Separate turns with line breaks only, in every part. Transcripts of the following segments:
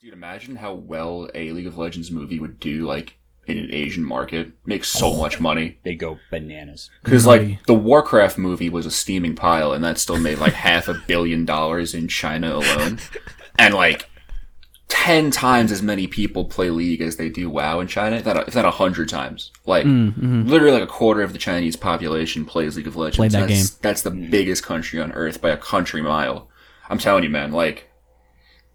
Dude, imagine how well a League of Legends movie would do, like in an Asian market. Make so much money
They go bananas.
because,
Money.
like, the Warcraft movie was a steaming pile, and that still made like half a billion dollars in China alone, and like ten times as many people play League as they do WoW in China. If not, if not a hundred times, like
Mm,
literally like a quarter of the Chinese population plays League of Legends.
Played mm-hmm. that
that's, That's the biggest country on earth by a country mile. I'm telling you, man. Like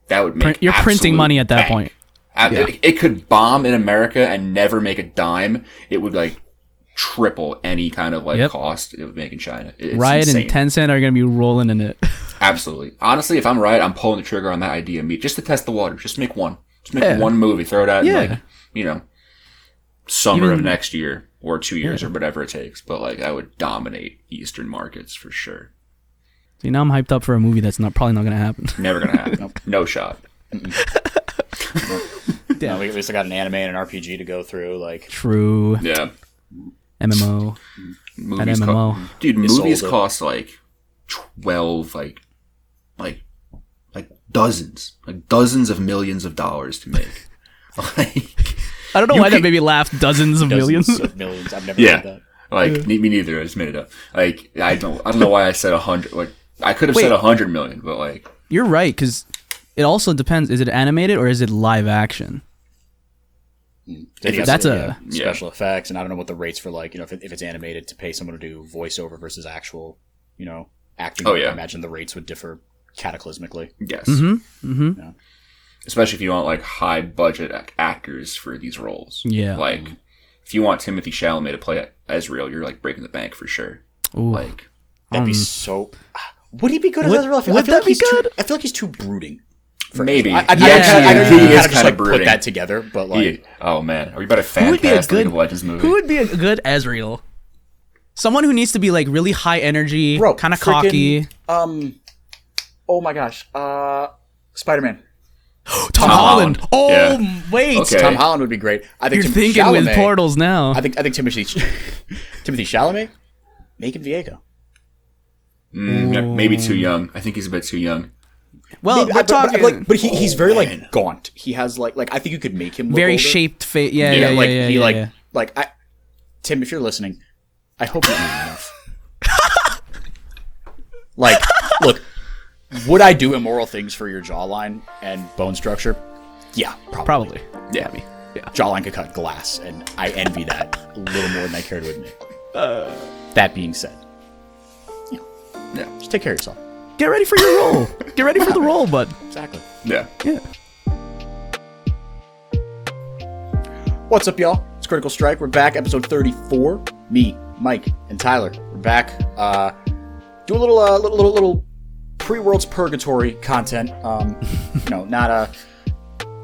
that would make
Print, you're printing
absolute
money at that
bank.
point.
Uh, it, it could bomb in America and never make a dime. It would like triple any kind of like
Yep.
cost it would make in China. It- It's
Riot
insane.
and Tencent are going to be rolling in it.
Absolutely. Honestly, if I'm right, I'm pulling the trigger on that idea. Me just to test the water. Just make one. Just make
Yeah.
one movie. Throw it out. Yeah.
Yeah.
Like, you know, summer of
Even-
next year or two years or whatever it takes. But like, I would dominate Eastern markets for sure.
See, now I'm hyped up for a movie that's not probably not going to happen.
Never gonna happen. no shot.
Yeah.
Now we at least got an anime and an RPG to go through. Like
True.
Yeah.
MMO.
Movies
An
co-
MMO.
dude,
They sold
movies
it.
cost like twelve, like, like, like dozens, like dozens of millions of dollars to make. like,
I don't know
You
why
can't-
that made me laugh dozens of
dozens
millions.
of millions. I've never
Yeah.
heard that.
like ne- me neither. I just made it up. Like, I don't, I don't know why I said a hundred. Like, I could have said
Wait.
a hundred million, but like,
You're right, because it also depends. Is it animated or is it live action?
Mm.
Then you got
If that's
some,
a-
yeah, special effects, and I don't know what the rates for like you know if, it, if it's animated to pay someone to do voiceover versus actual you know acting.
Oh, yeah.
I imagine the rates would differ cataclysmically.
yes,
Mm-hmm. Mm-hmm.
especially if you want like high budget ac- actors for these roles.
Yeah.
Like, if you want Timothy Chalamet to play Ezreal, you're like breaking the bank for sure.
Ooh.
Like,
That'd
Um,
be so. Would he be good
would-
as Ezreal? I feel, I
would
feel like
that be
he's too.
good?
I feel like he's too brooding.
maybe
I, I,
He actually
I, I, I,
is.
I,
He
kinda
is
just,
kinda
like, put
brooding.
that together, but like
Yeah. Oh man, are we about to
Who
fast
would be a
fast the League
good-
of Legends movie?
Who would be a good Ezreal? Someone who needs to be like really high energy,
Bro,
kind of
freaking-
cocky.
Um. Oh my gosh. Uh, Spider Man.
Tom,
Holland.
Holland. Oh
Yeah.
wait,
Okay.
Tom Holland would be great. I think
you're
Tim
thinking
Chalamet,
with portals now.
I think I think Timothy Timothy Chalamet, make him Diego.
Mm, yeah, maybe too young. I think he's a bit too young.
well,
Maybe-
Oh, we're
I- but-
talking
But, like, but he, he's very like gaunt. He has like like I think you could make him look
very
older.
shaped face.
Yeah,
Yeah, yeah, yeah,
like
yeah,
he
yeah,
like
yeah.
like I. Tim, if you're listening, I hope you mean enough. like, look, would I do immoral things for your jawline and bone structure? Yeah, probably.
probably.
Yeah,
Jawline could cut glass, and I envy that a little more than I care to admit. that being said, you know,
yeah,
just take care of yourself.
Get ready for your role. Get ready for the role, bud.
Exactly.
yeah.
Yeah.
What's up, y'all? It's Critical Strike. We're back, episode 34. Me, Mike, and Tyler. We're back. Uh, do a little, uh, little, little, little pre-world's purgatory content. Um, you know, not uh,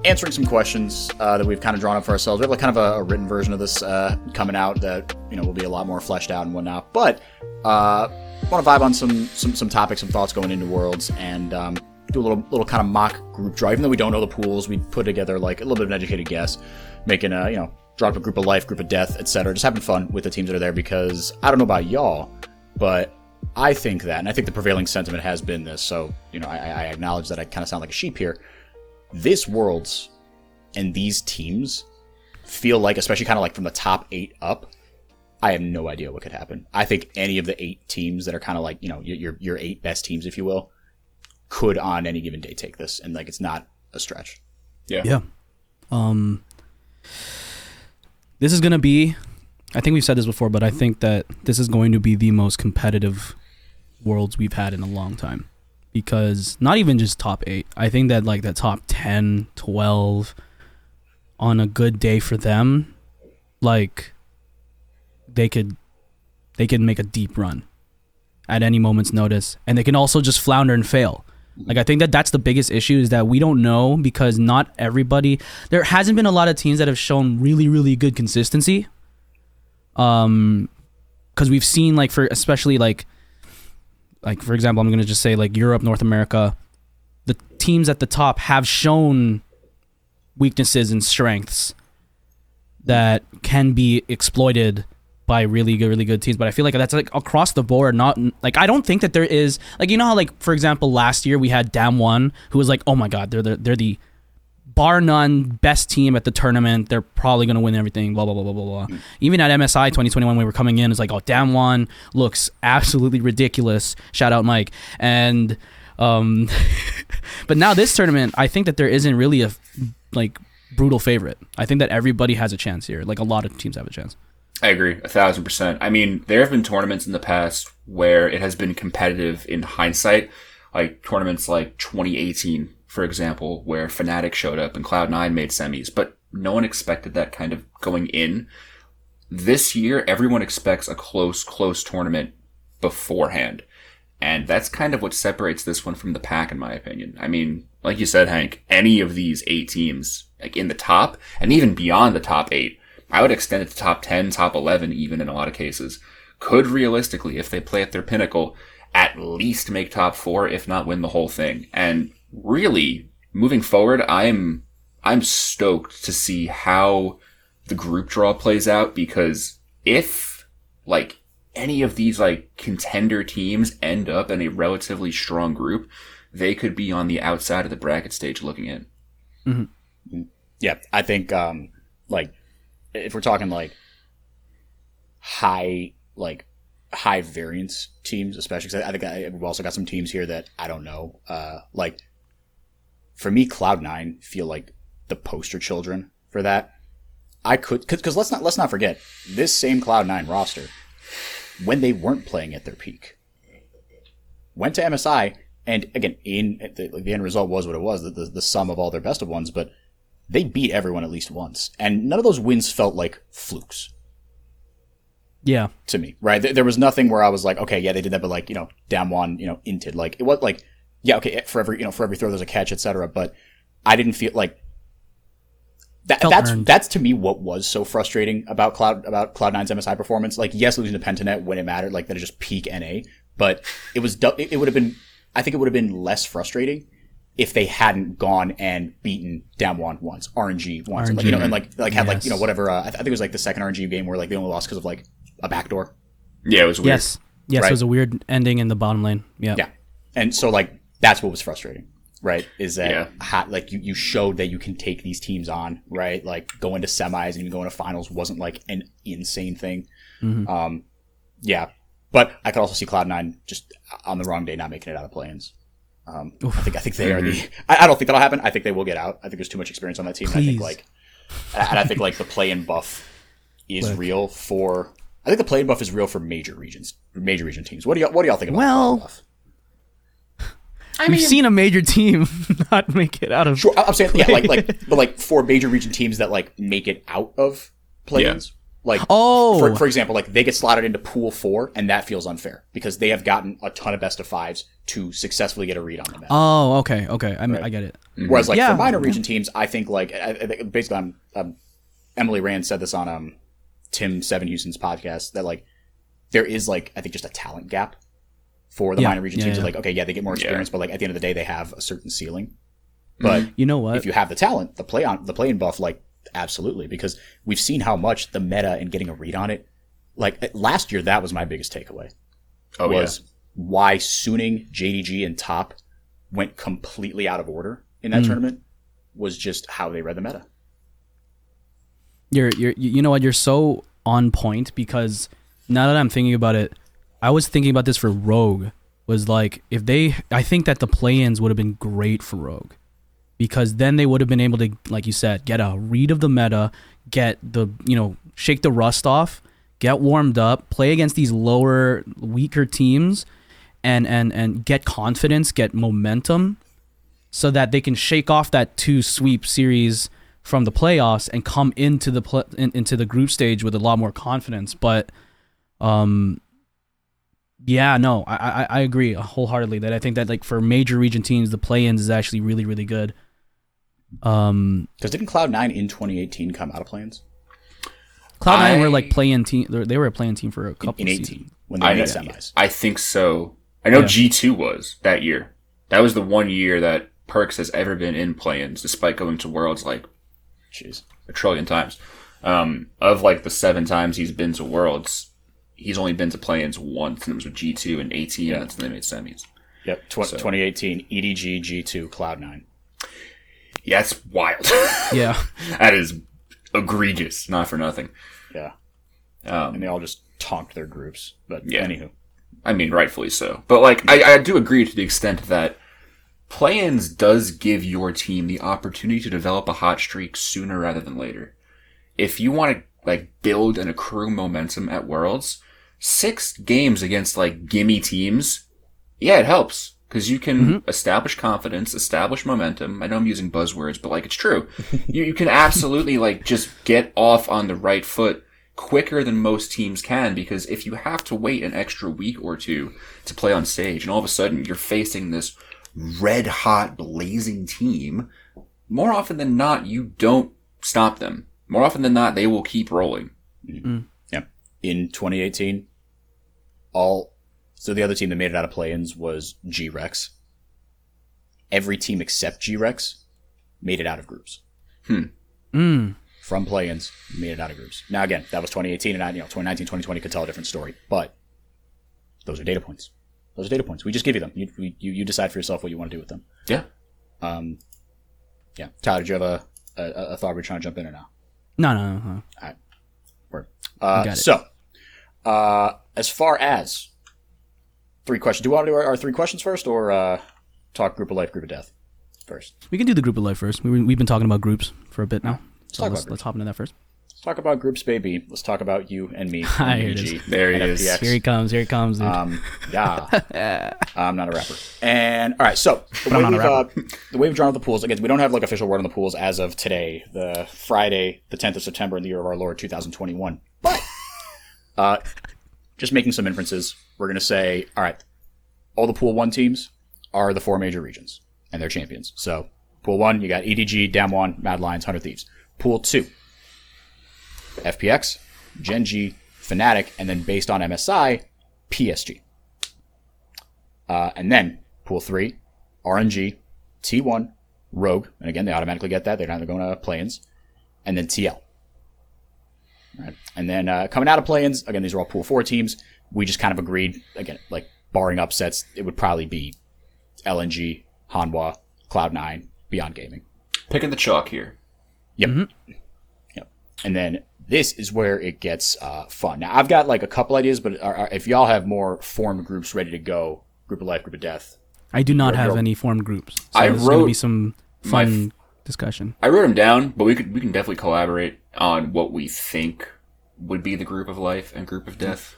answering some questions uh, that we've kind of drawn up for ourselves. We have like kind of a, a written version of this uh, coming out that you know will be a lot more fleshed out and whatnot. But uh, want to vibe on some some some topics, some thoughts going into worlds, and um, do a little little kind of mock group draw. Even though we don't know the pools, we put together like a little bit of an educated guess, making a you know draw up a group of life, group of death, etc. Just having fun with the teams that are there because I don't know about y'all, but I think that, and I think the prevailing sentiment has been this. So you know, I, I I acknowledge that I kind of sound like a sheep here this worlds and these teams feel like, especially kind of like from the top eight up, I have no idea what could happen. I think any of the eight teams that are kind of like, you know, your, your, your eight best teams, if you will, could on any given day take this. And like, it's not a stretch.
Yeah. Um This is going to be I think we've said this before, but I think that this is going to be the most competitive worlds we've had in a long time because not even just top 8. I think that like the top 10, 12 on a good day for them like they could they could make a deep run at any moment's notice and they can also just flounder and fail like i think that that's the biggest issue is that we don't know because not everybody there hasn't been a lot of teams that have shown really really good consistency um because we've seen like for especially like like for example i'm gonna just say like europe north america the teams at the top have shown weaknesses and strengths that can be exploited by really good, really good teams. But I feel like that's like across the board. Not like I don't think that there is like you know how like for example last year we had Dam One who was like oh my god they're the, they're the bar none, best team at the tournament. They're probably going to win everything. Blah blah blah blah blah blah. Even at MSI 2021, when we were coming in, it's like, oh, damn one looks absolutely ridiculous. Shout out Mike and. Um, but now this tournament, I think that there isn't really a like brutal favorite. I think that everybody has a chance here. Like a lot of teams have a chance.
I agree, a thousand percent. I mean, there have been tournaments in the past where it has been competitive in hindsight, like tournaments like 2018, for example, where Fnatic showed up and Cloud9 made semis, but no one expected that kind of going in. This year, everyone expects a close, close tournament beforehand. And that's kind of what separates this one from the pack, in my opinion. I mean, like you said, Hank, any of these eight teams, like in the top and even beyond the top eight, I would extend it to top 10, top 11, even in a lot of cases, could realistically, if they play at their pinnacle, at least make top four, if not win the whole thing. And really, moving forward, I'm, I'm stoked to see how the group draw plays out because if, like, any of these, like, contender teams end up in a relatively strong group, they could be on the outside of the bracket stage looking in.
Yeah, I think um like if we're talking like high like high variance teams, especially 'cause I I think I, we've also got some teams here that I don't know. Uh, like for me, Cloud Nine feel like the poster children for that. I could because let's not let's not forget this same Cloud Nine roster when they weren't playing at their peak went to MSI and again in the, the end result was what it was the, the, the sum of all their best of ones but they beat everyone at least once. And none of those wins felt like flukes
Yeah,
to me, right? There, there was nothing where I was like, okay, yeah, they did that, but like, you know, damn one, you know, inted. Like, it was like, yeah, okay, for every, you know, for every throw, there's a catch, etc. But I didn't feel like that,
Felt
that's
earned.
that's to me what was so frustrating about cloud about cloud nine's MSI performance. Like yes, losing to Pentanet when it mattered, like that is just peak NA. But it was du- it, it would have been I think it would have been less frustrating if they hadn't gone and beaten Damwon once, RNG once, and, like, you know, and like like had like you know
Yes.
whatever uh, I, th- I think it was like the second RNG game where like they only lost because of like a backdoor.
Yeah, it was weird.
Yes. Yes,
Right.
it was a weird ending in the bottom lane. Yeah.
Yeah. And so like that's what was frustrating, right? Is that
Yeah.
how, like you, you showed that you can take these teams on, right? Like going to semis and even going to finals wasn't like an insane thing.
Mm-hmm.
Um, yeah. But I could also see Cloud Nine just on the wrong day not making it out of play-ins. Um, I think I think they are the. I, I don't think that'll happen. I think they will get out. I think there's too much experience on that team. And I think
Please.
like, and I think like the play-in buff is real for. I think the play-in buff is real for major regions, major region teams. What do y'all What do y'all think about the
Well,
play-in buff?
We've seen a major team not make it out of.
Sure, I- I'm saying yeah, like like but like for major region teams that like make it out of play-ins, like
Oh.
for, for example, like they get slotted into pool four, and that feels unfair because they have gotten a ton of best of fives to successfully get a read on the map.
Oh, okay, okay. I, mean, I get it.
Mm-hmm.
Whereas like
Yeah.
for minor region teams, I think like I, I think basically I'm, um, Emily Rand said this on um Tim Seven Houston's podcast that like there is like I think just a talent gap for the
Yeah,
minor region
yeah,
teams.
yeah.
Like okay, yeah, they get more experience, but like at the end of the day, they have a certain ceiling.
Mm-hmm.
But
You know what?
if you have the talent, the play on the play in buff, like absolutely, because we've seen how much the meta and getting a read on it. Like eh, last year, that was my biggest takeaway
Oh,
was why Suning, JDG, and Top went completely out of order in
Hmm.
that tournament was just how they read the meta.
you're you're you you know what you're so on point because now that I'm thinking about it, I was thinking about this for Rogue was like if they I think that the play-ins would have been great for Rogue because then they would have been able to like you said get a read of the meta, get the you know shake the rust off, get warmed up, play against these lower weaker teams and and and get confidence, get momentum so that they can shake off that two sweep series from the playoffs and come into the pl- in, into the group stage with a lot more confidence. But, um, yeah, no, I, I I agree wholeheartedly that I think that like for major region teams, the play-ins is actually really really good. Um,
Because didn't Cloud Nine in 2018 come out of plans
Cloud Nine
I-
were like play-in team. they were- They were a play-in team for a couple
in
of seasons.
18 when
I
they made
know.
semis?
I think so. I know G2 was that year. That was the one year that Perks has ever been in play-ins, despite going to Worlds like
Jeez.
a trillion times. Um, of like the seven times he's been to Worlds, he's only been to play-ins once, and it was with G2 and 18, and that's when they made semis.
E Yep. Tw- 2018 EDG G2 Cloud Nine.
Yeah, it's wild.
Yeah.
that is egregious, not for nothing.
Yeah.
Um,
And they all just tonked their groups. But
Yeah.
anywho.
I mean, rightfully so. But like, I, I do agree to the extent that play-ins does give your team the opportunity to develop a hot streak sooner rather than later. If you want to like build and accrue momentum at Worlds, six games against like gimme teams, yeah, it helps because you can establish confidence, establish momentum. I know I'm using buzzwords, but like it's true. you you can absolutely like just get off on the right foot quicker than most teams can because if you have to wait an extra week or two to play on stage and all of a sudden you're facing this red hot blazing team, more often than not you don't stop them. More often than not they will keep rolling.
Yeah. In 2018, all so the other team that made it out of play-ins was G Rex. Every team except G Rex made it out of groups
Mm.
from play-ins. Made it out of groups. Now again, that was 2018, and I, you know, 2019, 2020 could tell a different story. But those are data points. Those are data points. We just give you them. You you, you decide for yourself what you want to do with them.
Yeah.
Um, yeah. Tyler, do you have a, a, a thought we're trying to jump in or now?
No, no, no, no.
Word. Uh,
got it.
so, uh, as far as three questions, do we want to do our, our three questions first, or uh, talk group of life, group of death first?
We can do the group of life first. We, we've been talking about groups for a bit now. So
talk
let's,
about
let's hop into that first.
Let's talk about groups, baby. Let's talk about you and me.
Hi,
and
here it
EG,
is.
There
and
it is.
FTX.
Here he comes. Here he comes. Dude.
Um, yeah, I'm not a rapper. And all right, so the way,
I'm
we've,
not a
uh, the way we've drawn up the pools again, we don't have like official word on the pools as of today, the Friday, the 10th of September, in the year of our Lord 2021. But uh, just making some inferences, we're gonna say, all right, all the pool one teams are the four major regions and they're champions. So pool one, you got E EDG, Damwon, Mad Lions, Hunter Thieves. Pool two, FPX, Gen G, Fnatic, and then based on MSI, PSG. Uh, and then pool three, RNG, T1, Rogue, and again they automatically get that. They're not going to play-ins, and then TL. All right. And then uh, coming out of play-ins, again these are all pool four teams. We just kind of agreed again, like barring upsets, it would probably be LNG, Hanwha, Cloud9, Beyond Gaming.
Picking the chalk here.
Yep. Yep. And then this is where it gets uh, fun. Now I've got like a couple ideas, but are, are, if y'all have more formed groups ready to go, group of life, group of death,
I do not have
you're-
any formed groups. So
I
there's gonna
wrote
be some
my
fun discussion.
I wrote them down, but we could we can definitely collaborate on what we think would be the group of life and group of death.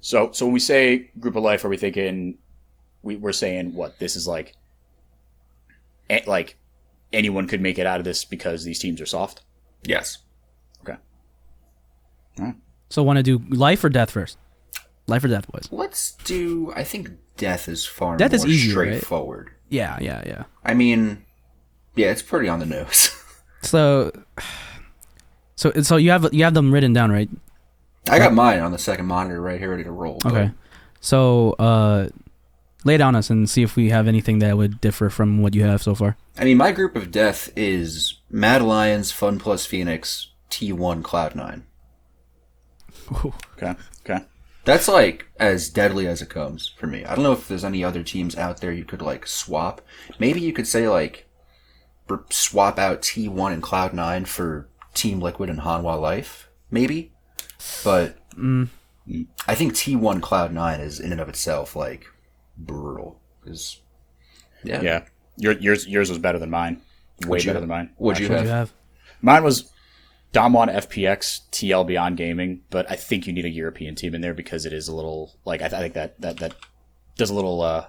So, so when we say group of life, are we thinking we, we're saying what this is like? eh, like anyone could make it out of this because these teams are soft.
Yes.
Okay.
So want to do life or death first? Life or death, boys.
Let's do I think death is far
Death
more
is easier, right?
straightforward.
Yeah, yeah, yeah.
I mean, yeah, it's pretty on the nose.
So, so so you have you have them written down, right?
I got mine on the second monitor right here, ready to roll. but-
Okay. So uh, lay it on us and see if we have anything that would differ from what you have so far.
I mean, my group of death is Mad Lions, Fun Plus Phoenix, T1, Cloud9.
Okay. Okay.
That's like as deadly as it comes for me. I don't know if there's any other teams out there you could like swap. Maybe you could say like br- swap out T1 and Cloud9 for Team Liquid and Hanwha Life, maybe. But I think T1 Cloud9 is in and of itself like brutal. 'Cause- yeah.
Yeah. Your, yours yours was better than mine. Way
you-
better than mine.
Would you
What
have?
do you have?
Mine was Damwon FPX TL Beyond Gaming, but I think you need a European team in there because it is a little like I, th- I think that that that does a little. uh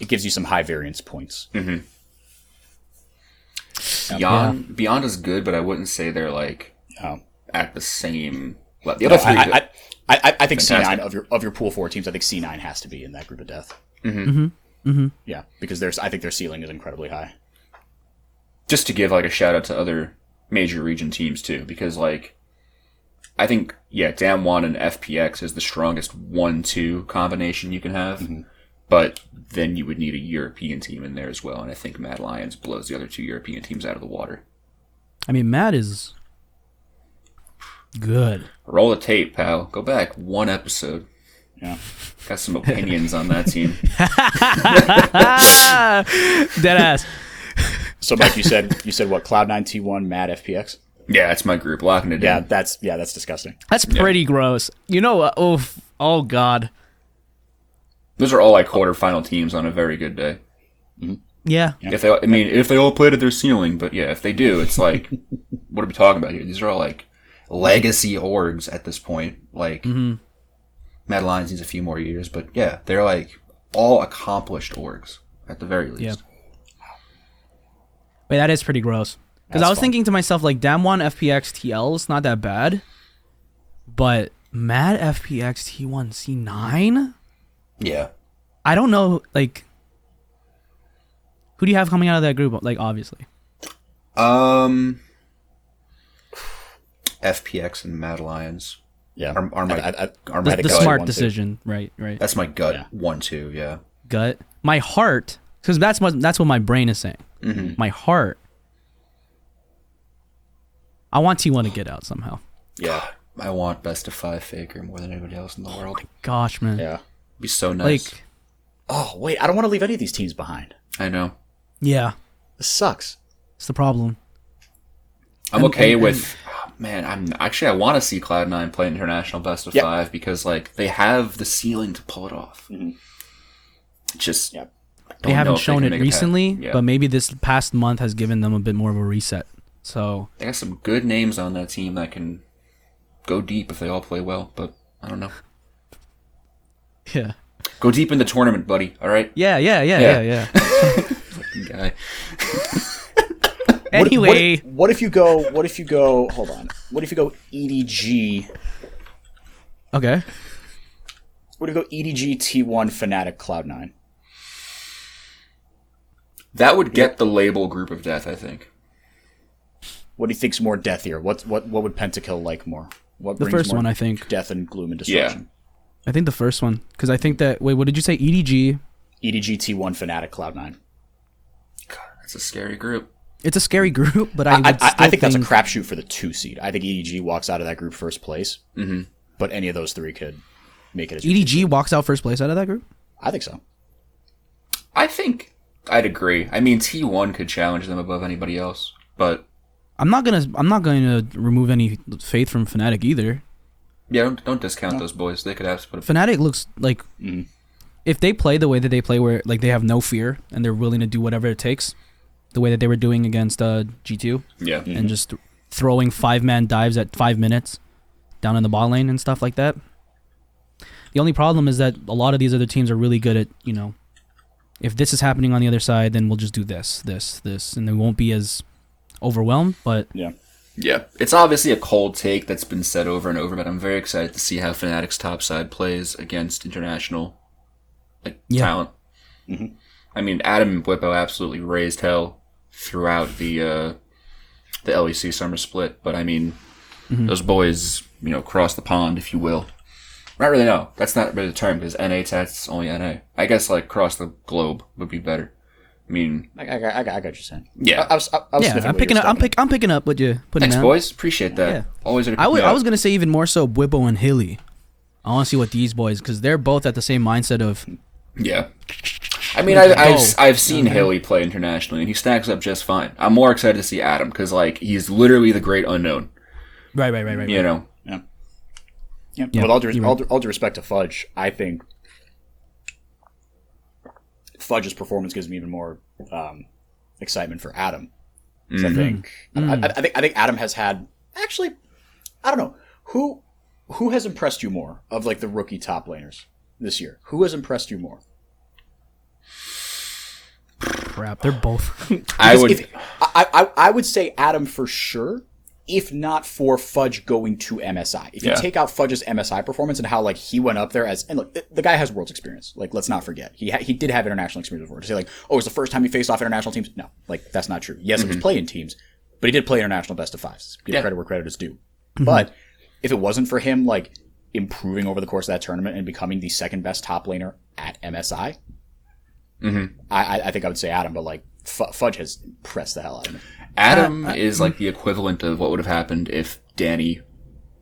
It gives you some high variance points.
Beyond Beyond is good, but I wouldn't say they're like
Um,
at the same level. The other three,
I, I, I, I- I think C nine
Fantastic.
of your of your pool four teams. I think C nine has to be in that group of death. Mm-hmm. Mm-hmm. Yeah, because there's I think their ceiling is incredibly high.
just to give like a shout out to other major region teams too, because like I think yeah, Damwon and FPX is the strongest one-two combination you can have,
Mm-hmm.
but then you would need a European team in there as well, and I think Mad Lions blows the other two European teams out of the water.
I mean, Matt is good.
Roll the tape, pal. Go back one episode.
Yeah.
Got some
Ah.
opinions on that team.
Dead ass.
So, Mike, you said you said what? Cloud nine T one, Mad FPX.
Yeah, it's my group locking it
Yeah,
down.
that's yeah, that's disgusting.
That's pretty gross. You know what? Oh, f- oh God.
Those are all like quarterfinal teams on a very good day.
Yeah.
If they, I mean, if they all played at their ceiling, but yeah, if they do, it's like, what are we talking about here? These are all like legacy orgs at this point. Like,
Mm-hmm.
Mad Lions needs a few more years, but yeah, they're like all accomplished orgs at the very least.
Yeah.
Wait, that is pretty gross. Because I
That's
was
fun.
thinking to myself, like, Dam One FPX TL is not that bad, but Mad FPX T1 C9.
Yeah.
I don't know, like, who do you have coming out of that group? Like, obviously,
Um, FPX and Mad Lions.
Yeah,
Are- are my- are my
the,
Had a
the
go at
smart
one, too.
decision, right? Right.
That's my gut
Yeah.
one two. Yeah.
Gut, my heart, because that's what that's what my brain is saying.
Mm-hmm.
My heart. I want T1 to get out somehow.
Yeah. I want best of five faker more than anybody else in the world. It'd
Gosh, man.
Yeah.
be so nice.
Like,
Oh wait, I don't want to leave any of these teams behind.
I know.
yeah,
This sucks.
it's the problem.
I'm okay with. oh, man, I'm actually I want to see Cloud Nine play international best of
Yep.
five because like they have the ceiling to pull it off. Just
Yep.
don't
they haven't
know if
shown
can
it
make
recently,
path. Yeah.
but maybe this past month has given them a bit more of a reset. So
they got some good names on that team that can go deep if they all play well. But I don't know.
yeah,
Go deep in the tournament, buddy. All right,
yeah, yeah, yeah,
Yeah.
yeah, yeah.
guy.
What- what-
anyway,
what, if you go? What if you go? Hold on. What if you go E EDG?
okay,
What if you go E EDG T1 Fnatic Cloud Nine?
That would get the label group of death. I think.
What do you think's more deathier? What what what would Pentakill like more? What
the
brings
first
more
one I think.
death and gloom and destruction.
I think the first one because I think that wait, what did you say? E EDG.
EDG T1 Fnatic Cloud Nine.
God, that's a scary group.
It's a scary group, but I would
I, I,
still
I think that's a crapshoot for the two seed. I think EDG walks out of that group first place, mm-hmm. but any of those three could make it. As
EDG E walks out first place out of that group.
I think so.
I think I'd agree. I mean, T one could challenge them above anybody else, but
I'm not gonna I'm not going to remove any faith from Fnatic either.
yeah, don't, don't discount those boys. They could have to put a
Fnatic looks like if they play the way that they play, where like they have no fear and they're willing to do whatever it takes, the way that they were doing against uh, G2
yeah.
and just throwing five man dives at five minutes down in the bot lane and stuff like that. The only problem is that a lot of these other teams are really good at you know, if this is happening on the other side, then we'll just do this, this, this, and they won't be as overwhelmed. But
Yeah.
Yeah, it's obviously a cold take that's been said over and over, but I'm very excited to see how Fnatic's top side plays against international like,
Yeah.
talent. Mm-hmm. I mean, Adam and Blippo absolutely raised hell throughout the uh, the LEC summer split, but I mean,
Mm-hmm.
those boys, you know, cross the pond, if you will. Not really, no. That's not really the term because NA tats only NA. I guess like across the globe would be better. I mean,
I, I, I, I got what you're saying.
Yeah.
I, I was, I, I was
yeah,
sniffing what
I'm
you
picking
were
up. I'm
sniffing.
pick. I'm picking up what you putting
thanks,
out.
boys. Appreciate that.
Yeah.
Always.
I
would.
wa- I was gonna say even more so Bwibo and Hilly. I want to see what these boys because they're both at the same mindset of
Yeah. I mean, I, I've,
go.
I've seen Haley play internationally, and he stacks up just fine. I'm more excited to see Adam because, like, he's literally the great unknown.
right, right, right, right.
You know,
Yeah.
Yeah,
With all due,
you're
all, due, all due respect to Fudge, I think Fudge's performance gives me even more um, excitement for Adam. 'Cause I think I, I- I think I think Adam has had actually I don't know who who has impressed you more of like the rookie top laners this year. Who has impressed you more?
Crap, they're both.
I would.
If, I, I I would say Adam for sure. If not for Fudge going to MSI, if you
Yeah.
take out Fudge's MSI performance and how like he went up there as and look, the, the guy has world's experience. Like, let's not forget he ha- he did have international experience before. To say like, oh, it's the first time he faced off international teams. No, like that's not true. Yes, he was playing teams, but he did play international best of fives. Give
Mm-hmm. Yeah.
credit where credit is due. But if it wasn't for him like improving over the course of that tournament and becoming the second best top laner at MSI, I, I, I think I would say Adam, but like F- Fudge has impressed the hell out of me.
Adam is like the equivalent of what would have happened if Danny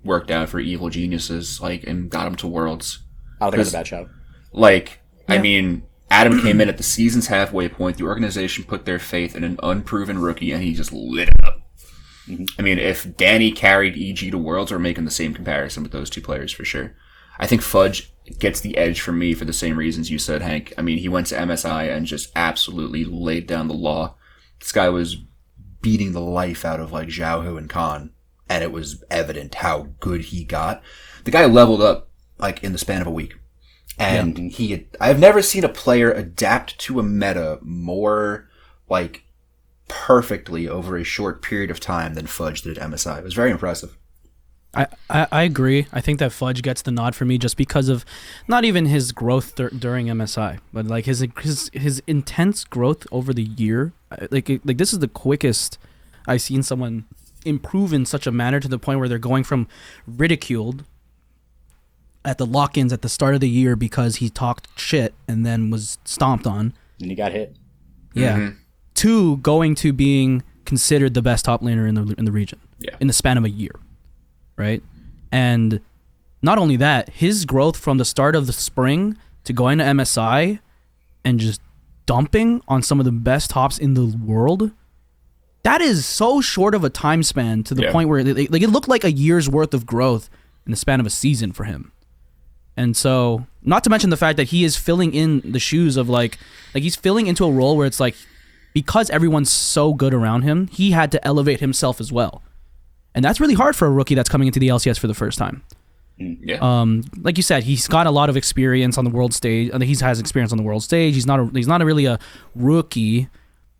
worked out for Evil Geniuses, like, and got him to Worlds.
I don't think it's a bad shout.
Like, I mean,
Adam came in at the season's halfway point. The organization put their faith in an unproven rookie, and he just lit it up. I mean, if Danny carried EG to Worlds, we're making the same comparison with those two players for sure. I think Fudge gets the edge for me for the same reasons you said, Hank. I mean, he went to MSI and just absolutely laid down the law. This guy was beating the life out of like Zhao Hu and Khan, and it was evident how good he got. The guy leveled up like in the span of a week. And he had, I've never seen a player adapt to a meta more like perfectly over a short period of time than Fudge did at MSI. It was very impressive.
I, I, I agree. I think that Fudge gets the nod for me just because of not even his growth dur- during MSI, but like his his his intense growth over the year. I- Like it- like this is the quickest I've seen someone improve in such a manner to the point where they're going from ridiculed at the lock-ins at the start of the year because he talked shit and then was stomped on
And he got hit.
yeah.
Mm-hmm.
Two going to being considered the best top laner in the in the region.
Yeah.
In the span of a year, right? And not only that, his growth from the start of the spring to going to MSI and just dumping on some of the best tops in the world. That is so short of a time span to the
Yeah.
point where like like, it looked like a year's worth of growth in the span of a season for him. And so, not to mention the fact that he is filling in the shoes of like, like he's filling into a role where it's like, because everyone's so good around him, he had to elevate himself as well. And that's really hard for a rookie that's coming into the LCS for the first time.
Yeah.
Um, like you said, he's got a lot of experience on the world stage. and He has experience on the world stage. He's not a, he's not a really a rookie,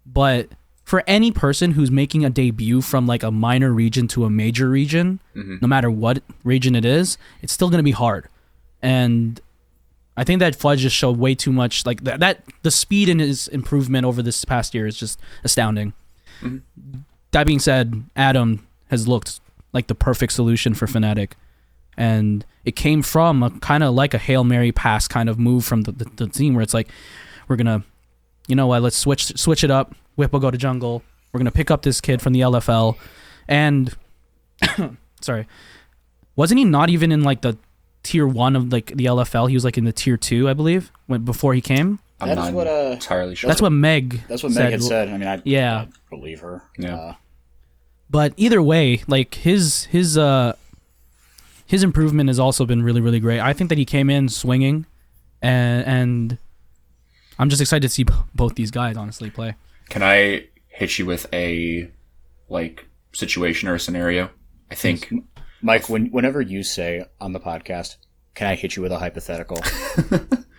but for any person who's making a debut from like a minor region to a major region, no matter what region it is, it's still going to be hard. And I think that Fudge just showed way too much. Like that, that the speed in his improvement over this past year is just astounding. That being said, Adam has looked like the perfect solution for Fnatic and it came from a kind of like a hail mary pass kind of move from the, the, the team where it's like we're gonna you know what let's switch switch it up whip will go to jungle we're gonna pick up this kid from the lfl and sorry wasn't he not even in like the tier one of like the lfl he was like in the tier two i believe when before he came
I'm
That's
not
what, uh,
entirely sure.
that's what meg
That's what Meg had said. I mean, I,
Yeah.
I believe her.
Yeah.
Uh,
but either way like his his uh his improvement has also been really really great i think that he came in swinging and and i'm just excited to see b- both these guys honestly play
Can I hit you with a like situation or a scenario? I think
Mike, when, whenever you say on the podcast, can I hit you with a hypothetical?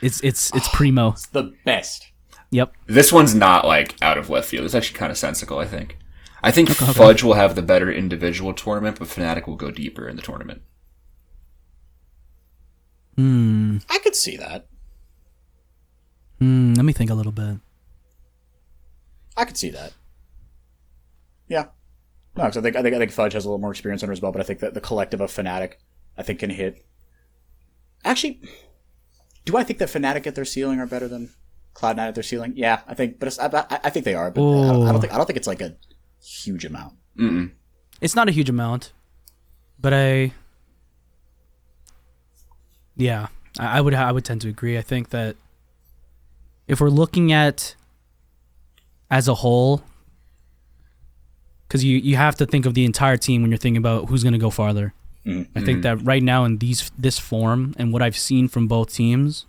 it's it's it's primo
it's the best.
yep
this one's not like out of left field. It's actually kind of sensical. I think. I think Fudge will have the better individual tournament, but Fnatic will go deeper in the tournament.
I could see that.
Hmm, let me think a little bit
I could see that. Yeah. No, because I think I think I think Fudge has a little more experience under his belt, but I think that the collective of Fnatic, I think, can hit. Actually, do I think that Fnatic at their ceiling are better than Cloud9 at their ceiling? Yeah, I think, but it's, I, I, I think they are. But I don't, I don't think I don't think it's like a huge amount.
it's not a huge amount but i yeah i, I would i would tend to agree i think that if we're looking at as a whole because you, you have to think of the entire team when you're thinking about who's going to go farther i think that right now in these this form and what i've seen from both teams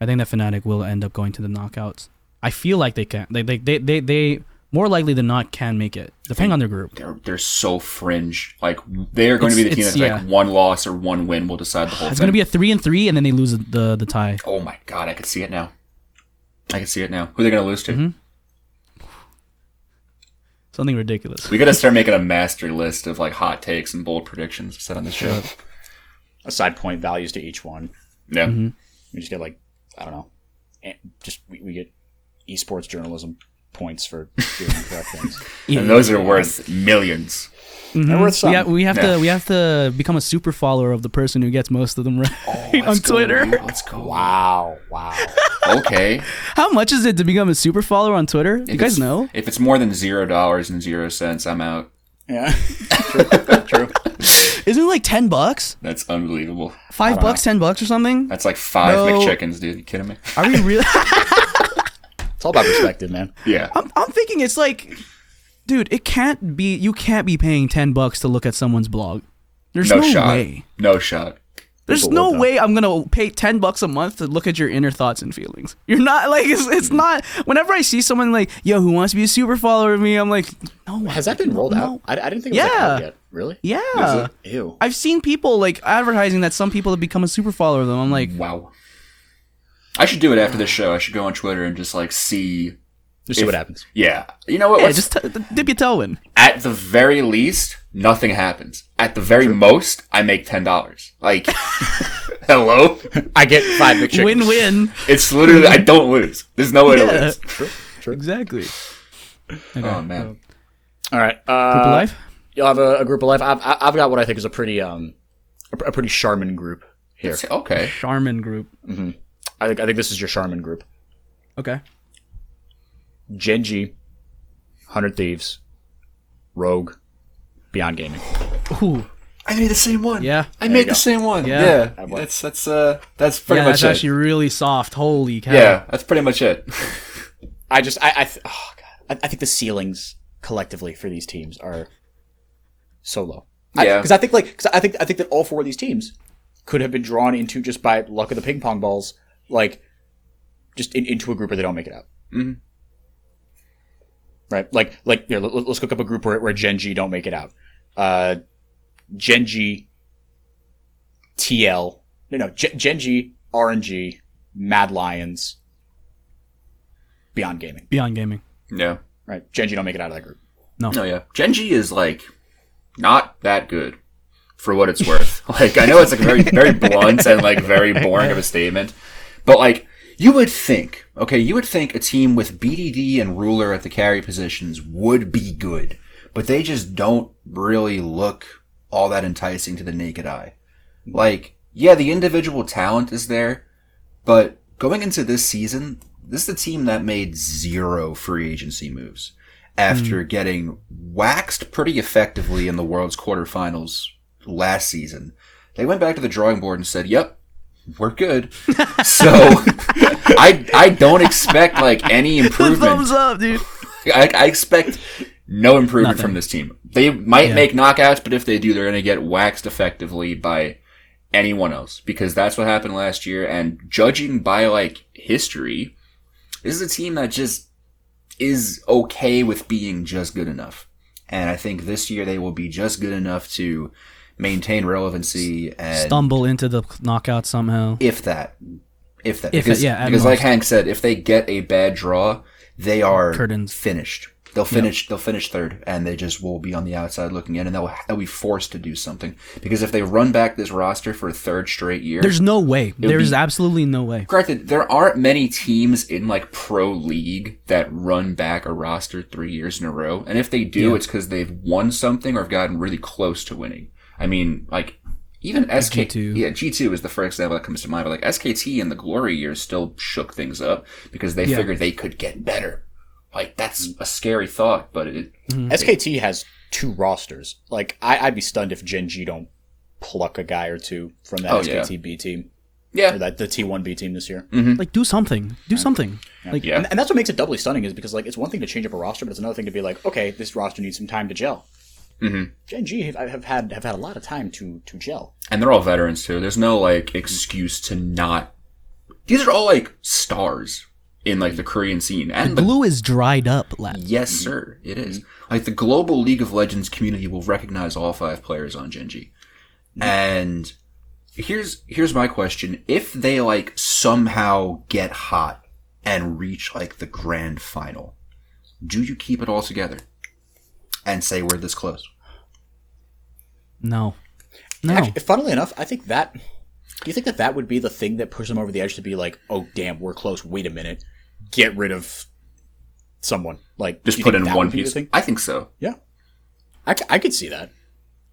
i think that fnatic will end up going to the knockouts i feel like they can they they they, they, they more likely than not can make it depending on their group
They're they're so fringe. Like they are going to be the
It's-
team
it's- yeah.
that's like one loss or one win will decide the whole
It's
thing.
gonna be a three and three, and then they lose the the tie.
oh my god! I could see it now. I could see it now. Who are they going to lose to?
Mm-hmm. Something ridiculous.
We gotta start making a master list of like hot takes and bold predictions set on the show.
Aside point values to each one.
Yeah,
Mm-hmm.
We just get like I don't know, and just we, we get esports journalism points for doing correct things.
and those are worth millions.
They're worth something.
Mm-hmm. Yeah, we have
Yeah.
to we have to become a super follower of the person who gets most of them right on
Let's go,
Twitter.
dude. Let's go.
wow, wow.
Okay.
How much is it to become a super follower on Twitter? You
If
guys
it's-
know?
if it's more than zero dollars and zero cents, I'm out.
yeah, true, true.
Isn't it like ten bucks,
That's unbelievable.
five bucks, ten bucks or something?
That's like five
No.
McChickens, dude. You kidding me?
Are we really?
It's all about perspective, man.
Yeah.
I'm, I'm thinking it's like, dude, it can't be. You can't be paying ten bucks to look at someone's blog. There's no,
no, shot.
way.
No shot.
There's
People
no
will, though.
way I'm gonna pay ten bucks a month to look at your inner thoughts and feelings. You're not like it's, it's
Mm-hmm.
not. Whenever I see someone like, yo, who wants to be a super follower of me, I'm like, no.
Has that been rolled out? I, I didn't think it was like,
Yeah.
out yet. Really?
Yeah.
Ew.
I've seen people like advertising that some people have become a super follower of them. I'm like,
Wow. I should do it after this show. I should go on Twitter and just like see.
Just see what happens.
Yeah. You know what?
yeah,
Let's-
just t- dip your toe in.
at the very least, nothing happens. At the very most, I make ten dollars. Like, hello.
I get five big chickens.
Win win.
It's literally I don't lose. There's no way to
Yeah.
lose.
True. True.
Exactly.
Oh man.
All right.
Group
Uh,
life.
you'll have a, a group of life. I've, I- I've got what I think is a pretty um a, a pretty Charmin group here.
Okay.
Charmin group.
I think I think this is your Charmin group.
Okay.
Genji, Hundred Thieves, Rogue, Beyond Gaming.
Ooh.
I made the same one.
Yeah.
I made the same one.
Yeah.
one.
That's that's uh that's pretty
yeah,
much
that's
it.
actually really soft. Holy cow.
yeah, that's pretty much it.
I just I I th- oh god I, I think the ceilings collectively for these teams are so low.
Yeah.
because I, think like because I think I think that all four of these teams could have been drawn into just by luck of the ping pong balls, like just in, into a group where they don't make it out. Mm-hmm. Right, like like you know, let, let's cook up a group where where Genji don't make it out. Uh, Genji, TL, no no Gen- Genji, RNG, Mad Lions, Beyond Gaming
Beyond gaming.
yeah.
right? Genji don't make it out of that group.
No, yeah. Genji is like not that good for what it's worth. like I know it's like very very blunt and like very boring of a statement, but like you would think, okay, you would think a team with BDD and Ruler at the carry positions would be good, but they just don't really look all that enticing to the naked eye. Like, yeah, the individual talent is there, but going into this season, this is the team that made zero free agency moves after getting waxed pretty effectively in the world's quarterfinals last season. They went back to the drawing board and said, "Yep, we're good." so I I don't expect like any improvement.
Thumbs up, dude.
I, I expect no improvement from this team. They might make knockouts, but if they do, they're going to get waxed effectively by anyone else because that's what happened last year. And judging by like history, this is a team that just is okay with being just good enough. And I think this year they will be just good enough to maintain relevancy and
Stumble into the knockout somehow.
if that, if that,
If
because,
it- yeah, at
because like
most.
Hank said, if they get a bad draw, they are
Curtains.
finished. They'll finish. They'll finish third, and they just will be on the outside looking in, and they'll they'll be forced to do something because if they run back this roster for a third straight year,
There's no way. There's
be-
absolutely no way.
granted there aren't many teams in like pro league that run back a roster three years in a row, and if they do, it's because they've won something or have gotten really close to winning. I mean, like even SK
G2.
yeah G two is the first example that comes to mind, but like SKT in the glory years still shook things up because they figured they could get better. Like that's a scary thought, but it,
SKT has two rosters. Like I, I'd be stunned if Genji don't pluck a guy or two from that
Oh,
SKT B team
yeah, Mm.
or that the T1 B team this year.
Hmm.
Like, do something. Do something. Like,
yeah,
And, and that's what makes it doubly stunning is because like it's one thing to change up a roster, but it's another thing to be like, okay, this roster needs some time to gel.
Mm-hmm.
Genji have, have had have had a lot of time to to gel.
and they're all veterans too. There's no like excuse to not. These are all like stars in like the
Mm-hmm.
Korean scene and the
glue is dried up, lad.
Yes, sir, it is.
Mm-hmm.
Like the global League of Legends community will recognize all five players on Genji. And here's here's my question: If they like somehow get hot and reach like the grand final, do you keep it all together and say we're this close?
No. No.
Actually, funnily enough, I think that. Do you think that that would be the thing that pushed them over the edge to be like, oh damn, we're close. Wait a minute, get rid of someone. Like
Just
do you
put
think
in
that
one
would be the
piece.
thing?
I think so.
Yeah, I, c- I could see that.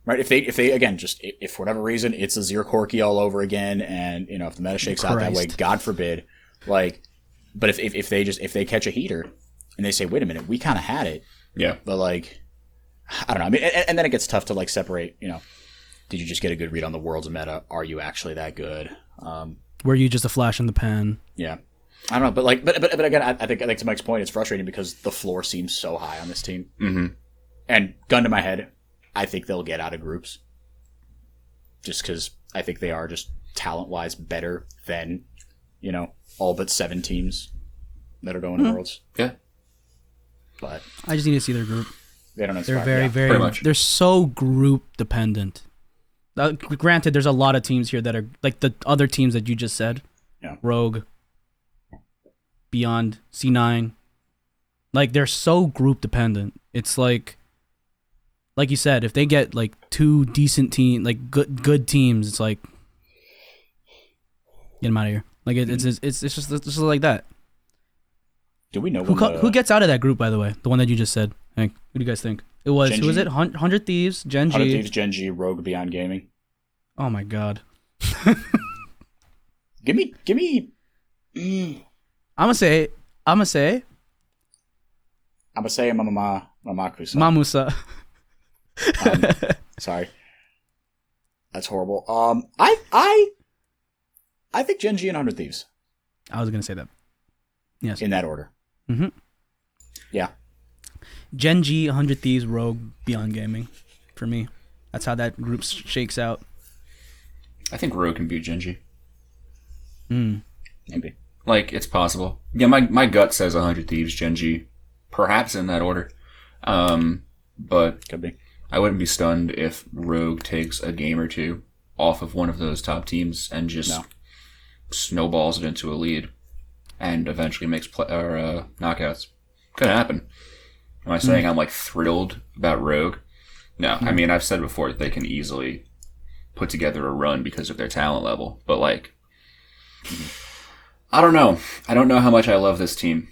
Right? If they if they again just i- if for whatever reason it's a zero corky all over again, and you know if the meta shakes out that way,
Christ.
God forbid. Like, but if, if if they just if they catch a heater and they say, wait a minute, we kind of had it,
Yeah.
but like, I don't know. I mean, and, and then it gets tough to like separate. You know, did you just get a good read on the world's meta? Are you actually that good? Um,
Were you just a flash in the pan?
yeah. I don't know, but like, but but, but again, I, I think I think to Mike's point, it's frustrating because the floor seems so high on this team.
Mhm.
And gun to my head, I think they'll get out of groups, just because I think they are just talent wise better than, you know, all but seven teams that are going to worlds.
Yeah.
But
I just need to see their group.
they don't inspire.
They're very,
yeah.
very.
pretty much.
They're so group dependent. Uh, g- granted, there's a lot of teams here that are like the other teams that you just said.
Yeah.
Rogue, Beyond, C9. Like they're so group dependent. It's like, like you said, if they get like two decent team, like good good teams, it's like get them out of here. Like it, it's, it's it's it's just it's just like that.
Do we know
Who
when
co-
the-
who gets out of that group? By the way, the one that you just said. Hank, who do you guys think? It was
Gen
who was
G.
it? Hun- Hundred Thieves, Gen
Hundred
G.
Thieves, Gen G, Rogue, Beyond Gaming?
Oh my god.
Give me, give me. Mm,
I'm gonna say. I'm gonna say
I'm gonna say Mama Mamaku.
Mamusa.
Um, sorry, that's horrible. Um, I I I think Gen G and Hundred Thieves
I was gonna say that. Yes.
in that order.
Mhm.
Yeah,
Gen G, Hundred Thieves, Rogue, Beyond Gaming, for me. That's how that group sh- shakes out.
I think Rogue can beat Genji.
maybe.
Like it's possible. Yeah, my my gut says 100 Thieves, Genji, perhaps in that order. Um, but
Could be.
I wouldn't be stunned if Rogue takes a game or two off of one of those top teams and just
No.
snowballs it into a lead, and eventually makes play- or, uh, knockouts. Could happen. Am I
Hmm.
saying I'm like thrilled about Rogue? No, I mean I've said before that they can easily put together a run because of their talent level, but like. I don't know. I don't know how much I love this team.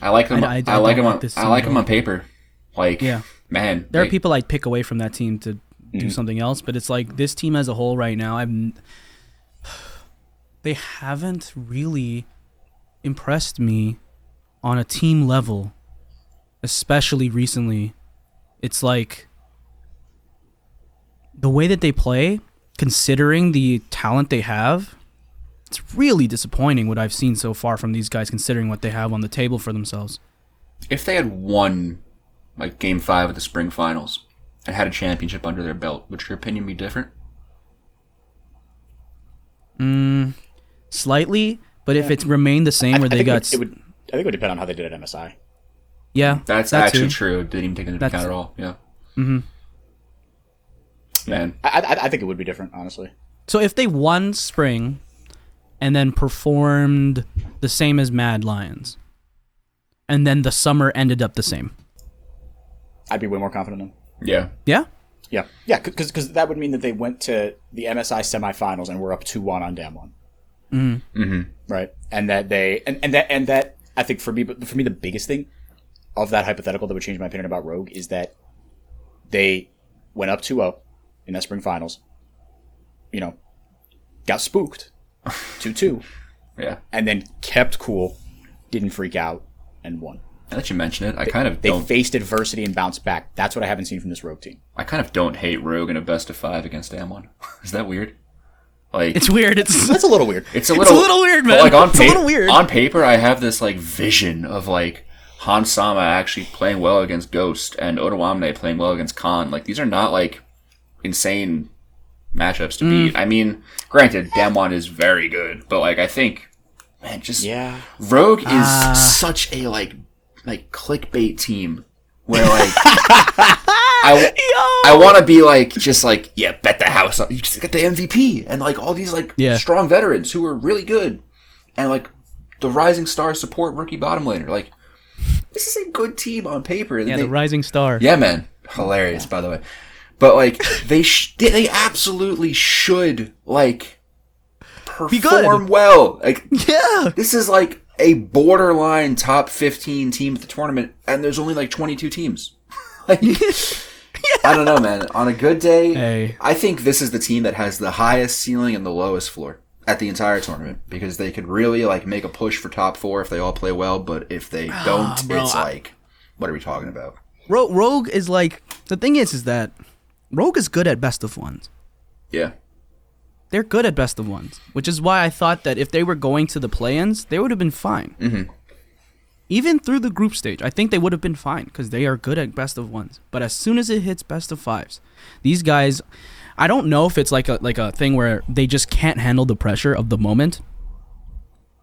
I like them.
I-
I,
I- I
like
don't
them.
like
on,
this
I
team
like
at
them
all.
on paper. Like,
Yeah.
man,
There are
they-
people I'd pick away from that team to
Mm.
do something else, but it's like this team as a whole right now. I'm. They haven't really impressed me on a team level, especially recently. It's like the way that they play, considering the talent they have, it's really disappointing what I've seen so far from these guys, considering what they have on the table for themselves.
if they had won like game five of the spring finals and had a championship under their belt, would your opinion be different?
Slightly, but if it's remained the same
I,
where
I
they
think
got
it, would, it would. I think it would depend on how they did at MSI.
Yeah,
That's
that
actually
too.
true. Didn't even take into
That's-
account at all. Yeah. Mm-hmm. Man,
I, I I think it would be different, honestly.
So if they won spring, and then performed the same as Mad Lions, and then the summer ended up the same.
I'd be way more confident in them.
yeah.
Yeah,
Yeah, yeah, because because that would mean that they went to the MSI semifinals and were up two one on Dam one, mm-hmm. right? And that they and, and that and that I think for me, but for me, the biggest thing of that hypothetical that would change my opinion about Rogue is that they went up 2-0 in that spring finals. You know, got spooked two two,
Yeah.
and then kept cool, didn't freak out, and won.
Now that you mention it, I kind of
They
don't.
faced adversity and bounced back. That's what I haven't seen from this Rogue team.
I kind of don't hate Rogue in a best of five against Damwon. Is that weird? Like
it's weird. It's
That's a little weird.
It's a little,
little weird,
but,
man.
Like on
It's a
paper,
little weird.
On paper, I have this like vision of like Han Sama actually playing well against Ghost and Odawamne playing well against Khan. Like these are not like insane matchups to beat.
Mm.
I mean, granted, Damwon is very good, but like I think, man, just
Yeah.
Rogue is
Ah.
such a like like clickbait team where like I I want to be like just like yeah bet the house on- you just get the MVP and like all these like
Yeah.
strong veterans who are really good and like the rising stars support rookie bottom laner like this is a good team on paper and
yeah,
they-
the rising star.
yeah, man. Hilarious, by the way. But like they sh- they- they absolutely should like
good.
perform well. Like
Yeah.
this is like a borderline top 15 team at the tournament and there's only like 22 teams. like I don't know, man. On a good day,
Hey.
I think this is the team that has the highest ceiling and the lowest floor at the entire tournament because they could really like make a push for top 4 if they all play well, but if they don't,
Ah, bro,
it's
I-
like what are we talking about?
Ro- Rogue is like the thing is is that Rogue is good at best of ones.
Yeah.
They're good at best of ones, which is why I thought that if they were going to the play-ins, they would have been fine. Even through the group stage, I think they would have been fine because they are good at best of ones. But as soon as it hits best of fives, these guys, I don't know if it's like a like a thing where they just can't handle the pressure of the moment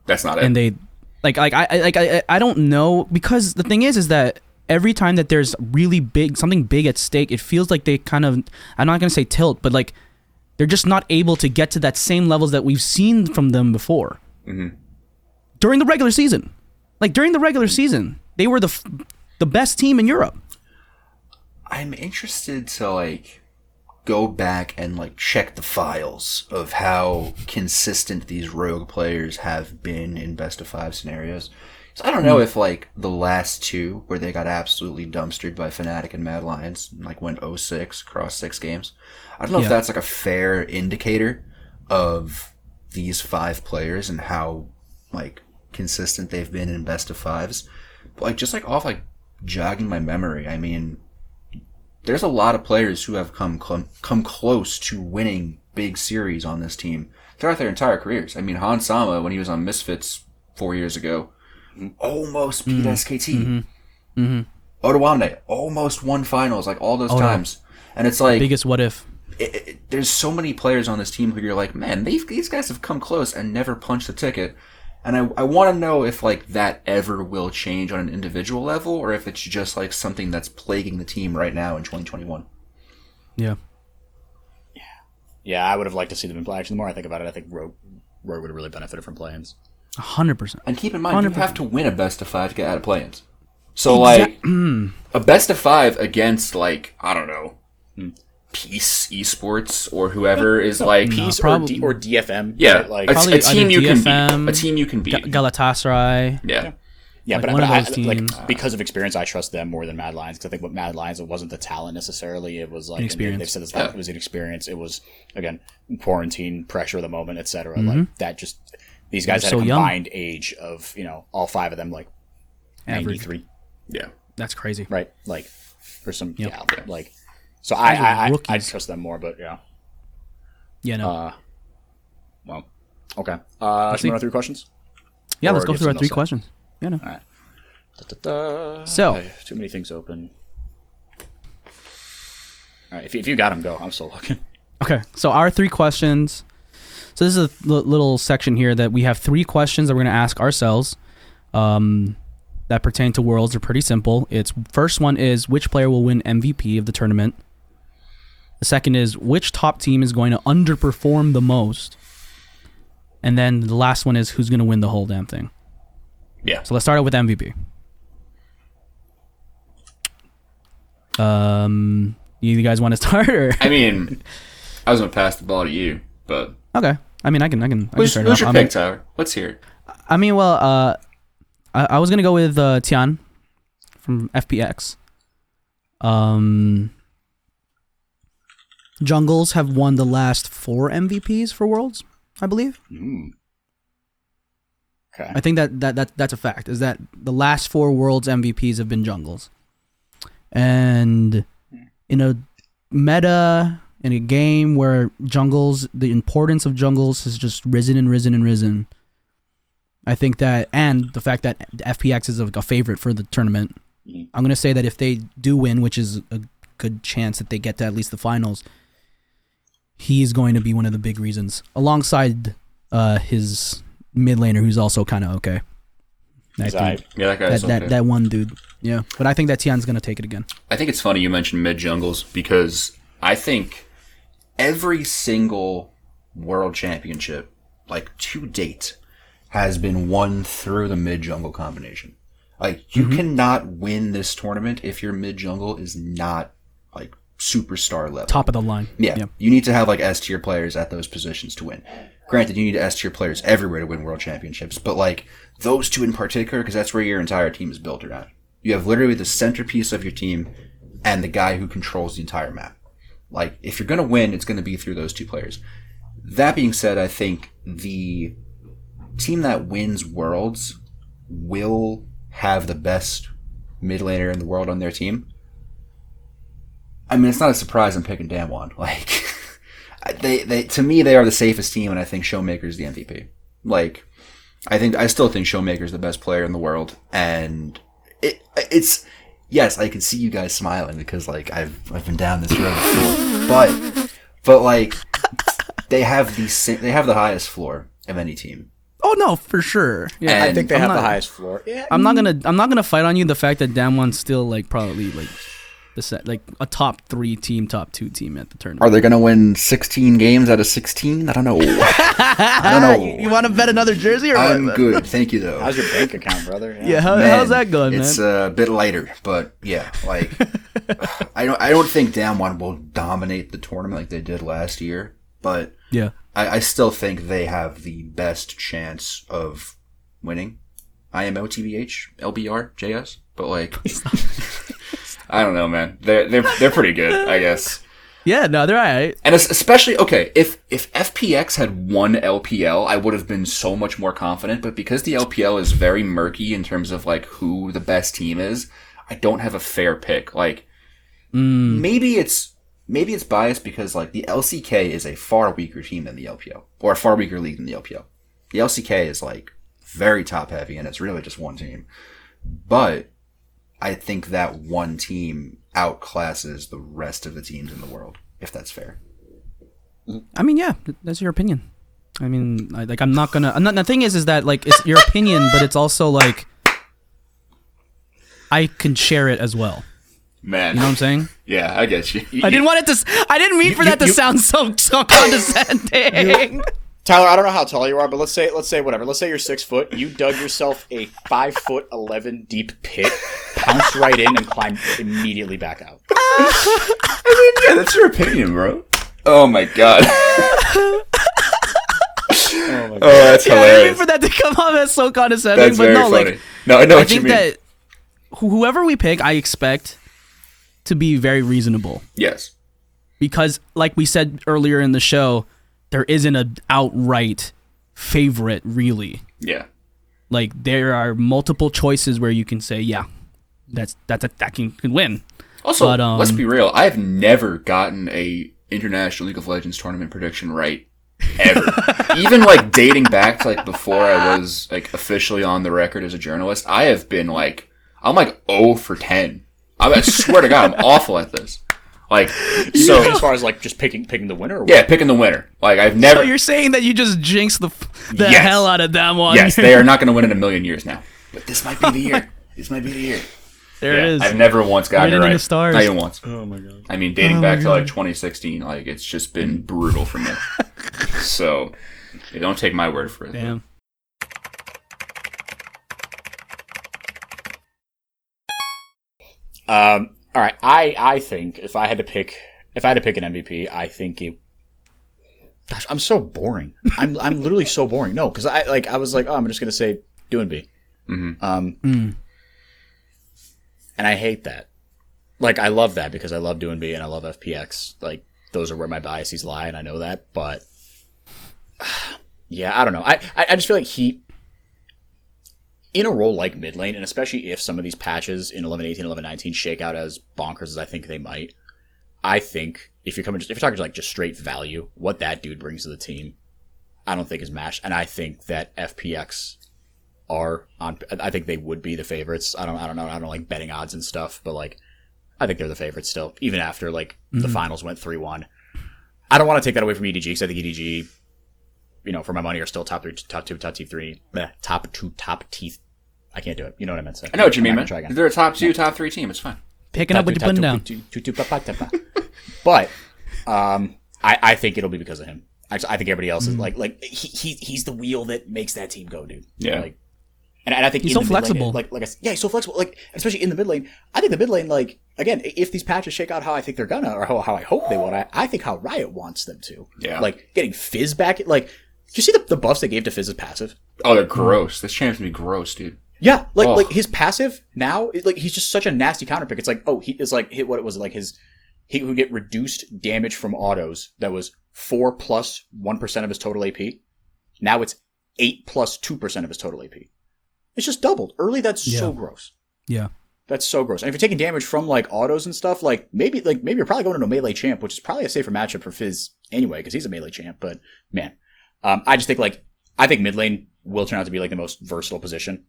That's not it.
and they like like I I- like I I don't know because the thing is is that every time that there's really big something big at stake, it feels like they kind of I'm not gonna say tilt, but like they're just not able to get to that same levels that we've seen from them before
Mm-hmm.
during the regular season. Like during the regular season, they were the f- the best team in Europe.
I'm interested to like go back and like check the files of how consistent these rogue players have been in best of five scenarios. So I don't know if like the last two where they got absolutely dumpstered by Fnatic and Mad Lions like went 06 across six games. I don't know if
Yeah.
that's like a fair indicator of these five players and how like consistent they've been in best of fives. But like just like off like jogging my memory, I mean there's a lot of players who have come come, come close to winning big series on this team throughout their entire careers. I mean, Han Sama when he was on Misfits four years ago, almost beat SKT. Odoamne almost won finals like all those times, and it's like
Biggest what if?
it, it- there's so many players on this team who you're like, man, these these guys have come close and never punched the ticket. And I, I want to know if like that ever will change on an individual level, or if it's just like something that's plaguing the team right now in 2021.
Yeah.
Yeah, I would have liked to see them in play. Actually, the more I think about it, I think Rogue, Rogue would have really benefited from play-ins.
a 100%.
And keep in mind, you have to win a best of five to get out of play-ins. So like a best of five against like I don't know, Peace Esports or whoever is like
Peace or,
prob-
D, or DFM.
yeah,
right?
like,
like
a,
Probably
team
either
you can
DFM,
beat. A team you can beat.
Galatasaray.
yeah.
yeah,
like
but,
one
but
of
I,
those teams.
like because of experience, I trust them more than Mad Lions because I think with Mad Lions it wasn't the talent necessarily; it was like and they- They've
Inexperience.
said this, like, it was inexperience. It was again quarantine pressure of the moment, etc. Like that, just these guys had
Mm-hmm. so
a
young.
combined age of you know all five of them like ninety
Average.
three,
Yeah.
That's crazy.
right? Like for some yeah, like so
Those are
I I, I I
rookies.
trust them more, but yeah,
Yeah, no.
Uh, well, okay. Uh, should we run through questions?
yeah, let's
or
go
give
through our
someone
three
else a-
questions. Yeah, no.
Da-da-da.
So-
Okay, too many things open. All right, if you, if you got them, go. I'm still looking.
Okay, so our three questions. So this is a li- little section here that we have three questions that we're going to ask ourselves um, that pertain to worlds. Are pretty simple. It's first one is which player will win MVP of the tournament. The second is which top team is going to underperform the most. And then the last one is who's going to win the whole damn thing.
Yeah.
So let's start out with MVP. Um, you guys want to start or
I mean, I was gonna pass the ball to you, but
okay? I mean, I can, I can, I can
who's,
start it
who's
off.
your
I mean-
pick, Tyler? Let's hear. it.
I mean, well, uh, I, I was gonna go with uh, Tian from FPX. Um, Jungles have won the last four MVPs for Worlds, I believe.
Mm. Okay.
I think that, that that that's a fact. Is that the last four Worlds MVPs have been Jungles, and in a meta in a game where jungles, the importance of jungles has just risen and risen and risen. I think that, and the fact that the FPX is a, a favorite for the tournament,
Mhm.
I'm gonna say that if they do win, which is a good chance that they get to at least the finals, he is going to be one of the big reasons, alongside uh, his mid laner, who's also kind of okay. I
He's
think
aight.
Yeah, that
that
guy's
that,
okay.
that one dude, yeah. But I think that Tian's gonna take it again.
I think it's funny you mentioned mid jungles because I think every single world championship, like to date, has been won through the mid jungle combination. Like you cannot win this tournament if your mid jungle is not like superstar level.
Top of the line.
Yeah. You need to have like S tier players at those positions to win. Granted, you need S tier players everywhere to win world championships, but like those two in particular, because that's where your entire team is built around. You have literally the centerpiece of your team and the guy who controls the entire map. Like, if you're going to win, it's going to be through those two players. That being said, I think the team that wins worlds will have the best mid laner in the world on their team. I mean, it's not a surprise I'm picking Damwon. Like, they, they to me they are the safest team, and I think Showmaker's the MVP. Like, I think I still think Showmaker's the best player in the world, and it it's yes, I can see you guys smiling because like I've I've been down this road before, but but like they have the sa- they have the highest floor of any team.
Oh no, for sure. Yeah.
I think they
And
have the
not-
highest floor. Yeah,
I'm not gonna I'm not gonna fight on you the fact that Damwon's still like probably like the set like a top three team, top two team at the
Are
tournament.
they going to win 16 games out of 16? I don't know. I don't know.
want to bet another jersey or
I'm good. Thank you though.
how's your bank account, brother?
Yeah, how,
Man,
how's that going,
It's uh,
man?
a bit lighter, but yeah, like I don't I don't think Damwon will dominate the tournament like they did last year, but
yeah.
I, I still think they have the best chance of winning. IMO, TBH, LBR, JS, but like I don't know, man. They're they're they're pretty good, I guess.
Yeah, no, they're all right.
And es- especially okay, if if FPX had one LPL, I would have been so much more confident. But because the LPL is very murky in terms of like who the best team is, I don't have a fair pick. Like
Hmm.
maybe it's maybe it's biased because like the LCK is a far weaker team than the LPL or a far weaker league than the LPL. The LCK is like very top heavy and it's really just one team. But I think that one team outclasses the rest of the teams in the world, if that's fair.
I mean, yeah, th- that's your opinion. I mean, I, like I'm not gonna. I'm not, the thing is, is that like it's your opinion, but it's also like I can share it as well.
Man,
You know what I'm saying?
Yeah, I get you.
I didn't want it to. s- I didn't mean for
you-
that to
you-
sound so so condescending.
Tyler, I don't know how tall you are, but let's say let's say whatever. Let's say you're six foot. You dug yourself a five foot eleven deep pit, pounced right in, and climbed immediately back out.
yeah, that's your opinion, bro. Oh my god. oh, that's
I didn't mean
hilarious.
for that to come off as so condescending.
That's
but
very
no,
funny.
like
no, I know
I
what you
think
mean.
that wh- whoever we pick, I expect to be very reasonable.
yes.
because like we said earlier in the show there isn't an outright favorite really
Yeah.
like there are multiple choices where you can say yeah that's that's a that can, can win
Also,
But, um,
let's be real. I've never gotten a international League of Legends tournament prediction right ever. Even like dating back to like before I was like officially on the record as a journalist, I have been like I'm like 0 for 10. I, I swear to god, I'm awful at this. Like so
as far as like just picking picking the winner. Or
yeah, picking the winner. Like I've never
so you're saying that you just jinxed the f- the
Yes.
hell out of that one
Yes, they are not going to win in a million years now. But this might be the year. this might be the year.
there it is.
I've never once gotten
Written
it
in
right.
the stars.
Not even once. Oh my god. I mean, dating back to like 2016, like it's just been brutal for me. so, yeah, don't take my word for it.
Damn.
Um. All right. I I think if I had to pick if I had to pick an MVP, I think it. Gosh, I'm so boring. I'm I'm literally so boring. No, because I like I was like oh I'm just gonna say doing B.
Mhm.
Um. And I hate that. Like I love that because I love doing B and I love FPX. Like those are where my biases lie, and I know that. But yeah, I don't know. I I, I just feel like he in a role like mid lane, and especially if some of these patches in 11-18, 11-19 shake out as bonkers as I think they might, I think if you're coming, just, if you're talking like just straight value, what that dude brings to the team, I don't think is matched, and I think that FPX are on. I think they would be the favorites. I don't, I don't know, I don't like betting odds and stuff, but like, I think they're the favorites still, even after like the finals went three one. I don't want to take that away from E EDG because I think EDG, you know, for my money, are still top three, top two, top T three, meh, top two, top teeth. I can't do it. You know what I meant? to say.
I know what you
I'm
mean,
not
man.
gonna try again.
They're a top two, top three team. It's fine.
picking up what you're putting down
But um, I, I think it'll be because of him. I, I think everybody
Mm.
else is like like he, he he's the wheel that makes that team go, dude.
Yeah.
Like, and, and I think in
He's so
the mid lane,
flexible.
like like I, s- yeah, he's so flexible. Like especially in the mid lane, I think the mid lane like again i- if these patches shake out how I think they're gonna or how, how I hope they will, I, I think how Riot wants them to.
Yeah.
Like getting Fizz back. Like did you see the, the buffs they gave to Fizz's passive?
Oh, they're gross. This champ's gonna be gross, dude.
Yeah, like
Ugh.
like his passive now, is like he's just such a nasty counterpick. It's like oh, he is like hit what it was like his he would get reduced damage from autos that was four plus one percent of his total AP. Now it's eight plus two percent of his total AP. It's just doubled. Early, that's so
Yeah.
gross.
yeah
That's so gross. And if you're taking damage from like autos and stuff, like maybe like maybe you're probably going into a melee champ, which is probably a safer matchup for Fizz anyway, because he's a melee champ. But man, um, I just think like I think mid lane will turn out to be like the most versatile position.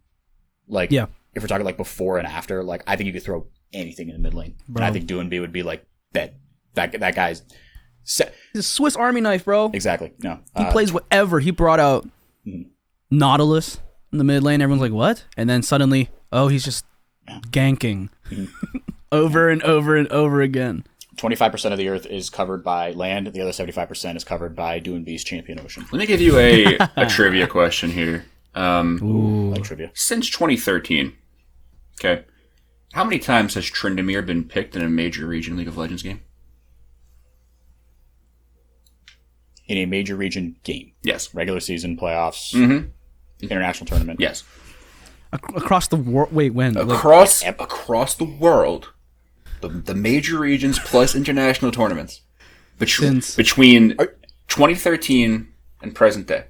Like
Yeah.
if we're talking like before and after, like I think you could throw anything in the mid lane. And I
Bro.
think Doing B would be like bet that that guy's se-
He's a Swiss Army knife, bro.
exactly no.
He
Uh,
plays whatever. He brought out Nautilus in the mid lane. Everyone's like, what? And then suddenly, oh, he's just ganking over and over and over again.
25% of the earth is covered by land. The other 75% is covered by Dune B's Champion Ocean.
Let me give you a, a trivia question here. Um,
Like trivia.
since 2013, okay, how many times has Trindamir been picked in a major region League of Legends game?
In a major region game.
Yes.
Regular season, playoffs,
Mhm.
international tournament.
Yes.
Ac- across the world. Wait, when? Like,
Across across the world, the, the major regions plus international tournaments bet-
Since-
between 2013 and present day.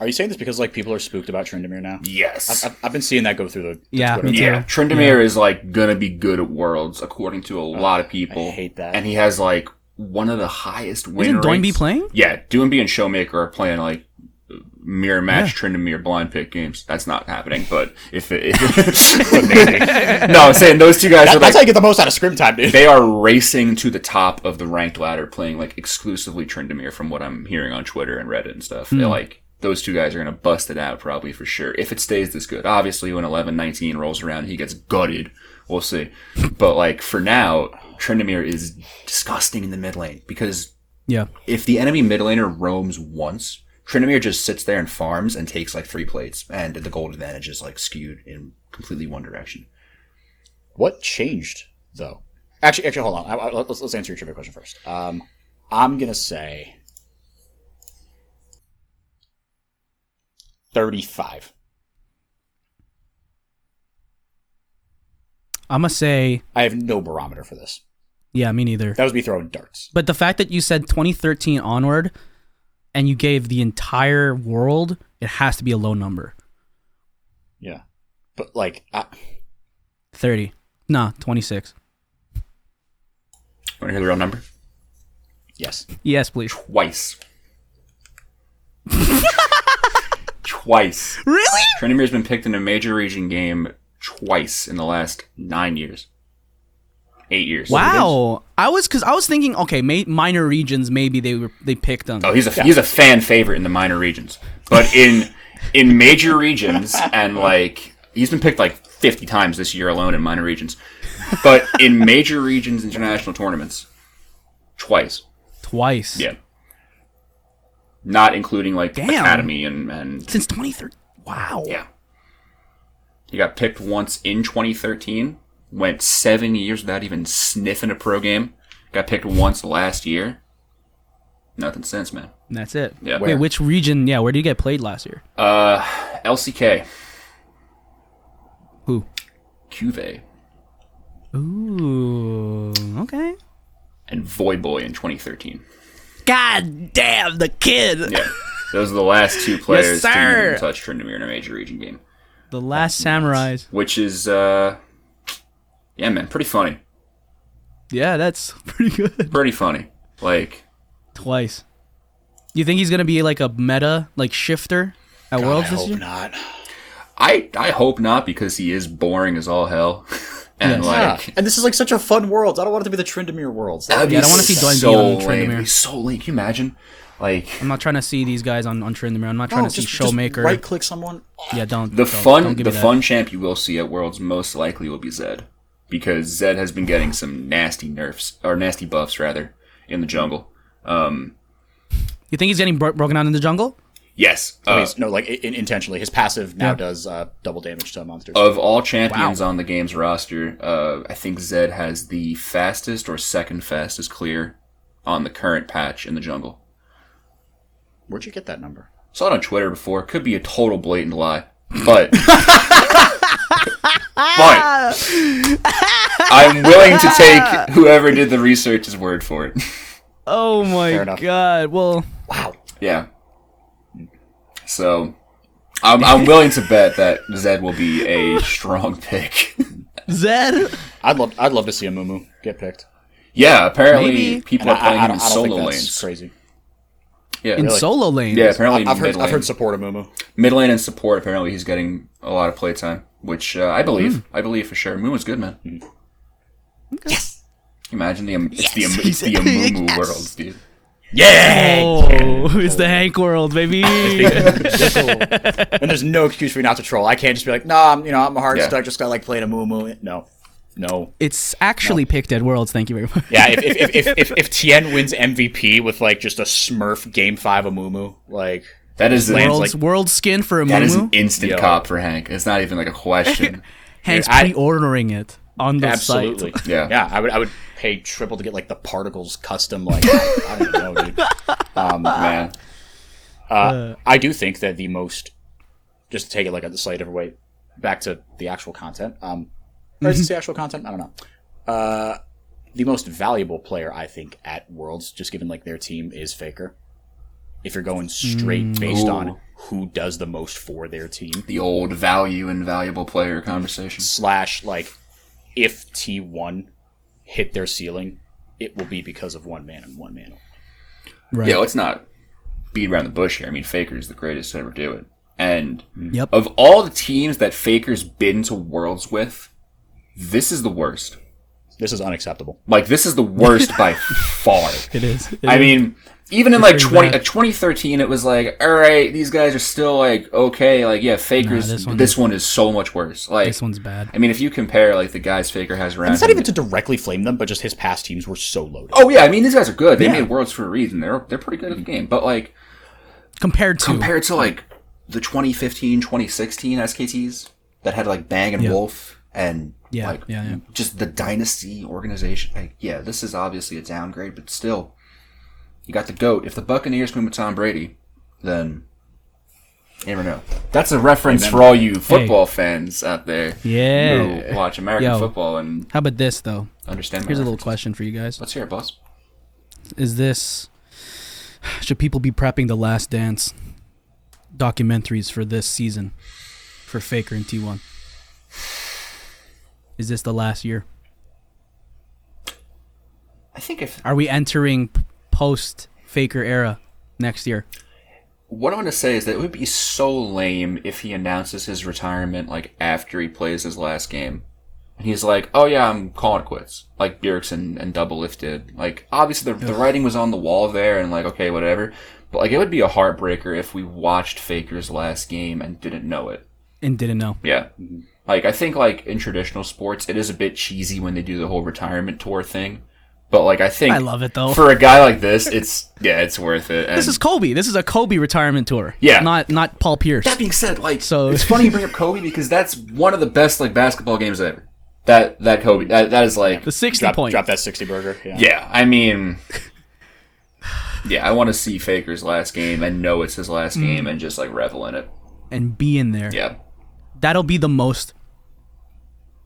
Are you saying this because like people are spooked about Trindamir now?
Yes.
I've, I've been seeing that go through the, the
Yeah,
Twitter.
me too.
Yeah, Trindamir is like gonna be good at Worlds, according to a lot of people.
I hate that.
And he has like one of the highest win
Isn't Doinby
rates.
playing?
Yeah, Doinby and Showmaker are playing like mirror match Trindamir blind pick games. That's not happening, but if it, no, I'm saying those two guys
That-
are
that's
like
how you get the most out of scrim time, dude.
they are racing to the top of the ranked ladder, playing like exclusively Trindamir, from what I'm hearing on Twitter and Reddit and stuff. They're like those two guys are gonna bust it out probably for sure if it stays this good. Obviously, when 11-19 rolls around, he gets gutted. We'll see, but like for now, Trindamir is disgusting in the mid lane because
Yeah.
if the enemy mid laner roams once, Trindamir just sits there and farms and takes like three plates, and the gold advantage is like skewed in completely one direction.
What changed though? Actually, actually, hold on. I, I- let's, let's answer your trivia question first. Um, I'm gonna say thirty-five.
I'm going to say,
I have no barometer for this.
yeah, me neither.
That was me throwing darts.
But the fact that you said 2013 onward and you gave the entire world, it has to be a low number.
Yeah, but like, I,
30. Nah, 26.
Want to hear the real number?
yes,
Yes, please.
Twice. twice.
Really?
Trinimir's been picked in a major region game twice in the last nine years. Eight years.
Wow. I was cuz I was thinking okay, ma- minor regions maybe they were they picked them.
Oh, he's a he's a fan favorite in the minor regions, but in in major regions and like he's been picked like fifty times this year alone in minor regions, but in major regions international tournaments, twice.
Twice.
Yeah, not including like
Damn.
academy and and
Since 2013. Wow.
yeah. He got picked once in 2013, went seven years without even sniffing a pro game. Got picked once last year. Nothing since, man.
And that's it.
Yeah.
Wait, which region? Yeah, where did you get played last year?
Uh, LCK.
Who?
Cuvee
Ooh. Okay.
and Void Boy in 2013.
God damn, the kid.
Yeah. Those are the last two players to
sir.
even touch Trindamir in a major region game.
The last samurais.
Which is, uh, yeah, man, pretty funny.
Yeah, that's pretty good.
Pretty funny. Like,
Twice. You think he's going to be like a meta like shifter at Worlds
I
this
hope
year?
not.
I, I hope not because he is boring as all hell. and,
Yeah.
like,
And this is like such a fun world. I don't want it to be the Trindamir world.
that would
Yeah, I
be
don't wanna see Doinby
so
on Trindamir.
lame. It'd be so lame. Can you imagine? Like,
I'm not trying to see these guys on on Trindamere. I'm not trying to see Showmaker.
Right click someone.
Uh,
Yeah, don't.
The
don't,
fun,
Don't give
the
me that.
fun champ you will see at Worlds most likely will be Zed, because Zed has been getting some nasty nerfs or nasty buffs rather in the jungle. Um,
You think he's getting bro- broken out in the jungle?
yes, uh,
Please, no, like i- in, intentionally. His passive now does uh, double damage to monsters.
of all champions on the game's roster, uh, I think Zed has the fastest or second fastest clear on the current patch in the jungle.
Where'd you get that number?
Saw it on Twitter before. Could be a total blatant lie, but. But I'm willing to take whoever did the research's word for it.
Oh
Fair
my
enough.
god. Well,
Wow.
Yeah. So, I'm, I'm willing to bet that Zed will be a strong pick
Zed.
I'd love I'd love to see a Mumu get picked.
Yeah, apparently
Maybe.
people
And I,
are playing
I, I
him
don't,
in
I don't
solo
think that's
lanes.
crazy.
Yeah,
In solo lane.
yeah. Apparently,
I've heard
mid lane,
I've heard support of Mumu.
mid lane and support. Apparently, he's getting a lot of playtime, which uh, I believe.
Mm.
I believe for sure. Moon was good, man.
Yes.
Imagine the um, it's the
Yes,
um,
he
it's the
said-
Amumu
yes.
world, dude.
Oh, it's the Hank world, baby.
and there's no excuse for you not to troll. I can't just be like, nah, I'm you know I'm a hard
Yeah.
stuck. Just got like playing a Mumu. No, no.
it's actually picked at worlds. Thank you very much.
Yeah, if if, if, if, if if Tien wins MVP with like just a Smurf Game Five Amumu, like
That is
Lands
an,
World's world skin for a
that is
Mumu.
an instant
Yo.
cop for Hank. It's not even like a question.
Hank's
I-
pre-ordering it on the
absolutely,
site.
Yeah.
yeah. I would I would pay triple to get like the particles custom. Like I don't know, dude. Uh,
man.
I do think that the most, just to take it like a slight different way, back to the actual content. Um, or is it the actual content? I don't know. Uh, the most valuable player I think at Worlds, just given like their team, is Faker. If you're going straight based on
Ooh.
who does the most for their team,
The old value and valuable player conversation.
slash like if T one hit their ceiling, it will be because of one man and one man. only.
Yeah, let's not beat around the bush here. I mean, Faker's the greatest to ever do it. And
Yep.
of all the teams that Faker's been to Worlds with, this is the worst.
This is unacceptable.
Like, this is the worst by far.
It is. It
I
is.
mean, even in like
pretty
20,
bad.
uh, 2013, it was like, all right, these guys are still like okay. Like, yeah, Faker's.
this
this,
one
one, is so much worse. Like,
this one's bad.
I mean, if you compare like the guys Faker has around.
It's not
him-
even to directly flame them, but just his past teams were so loaded.
Oh yeah, I mean these guys are good. They
Yeah. Mm.
made worlds for a reason. They're they're pretty good at the game. But like
Compared to
compared to like the 2015 2016 SKTs that had like Bang and Wolf and
Yeah,
like
yeah, yeah.
just the dynasty organization. Like, yeah, this is obviously a downgrade, but still, you got the goat. If the Buccaneers win with Tom Brady, then you never know. That's a reference for all you football fans out there.
Yeah.
who watch American
Yo.
football and
How about this though?
understand. my
Here's a little
reference.
question for you guys.
Let's hear it, boss.
Is this should people be prepping the last dance documentaries for this season for Faker and T1? Is this the last year?
I think if
Are we entering post Faker era next year?
What I want to say is that it would be so lame if he announces his retirement like after he plays his last game. And he's like, "Oh yeah, I'm calling it quits," like Bjergsen and Double Lift did. Like, obviously the, the writing was on the wall there, and like, okay, whatever. But like, it would be a heartbreaker if we watched Faker's last game and didn't know it.
And didn't know.
Yeah. Like I think like in traditional sports, it is a bit cheesy when they do the whole retirement tour thing. But like I think
I love it, though.
for a guy like this, it's yeah, it's worth it.
This
And-
is Kobe. This is a Kobe retirement tour.
Yeah.
Not not Paul Pierce.
That being said, like
So-
it's funny you bring up Kobe because that's one of the best like basketball games ever. That that Kobe that, that is like
the 60
Drop,
point.
drop that sixty burger.
yeah. I mean, yeah, I want to see Faker's last game and know it's his last game and just like revel in it.
And be in there.
Yeah,
that'll be the most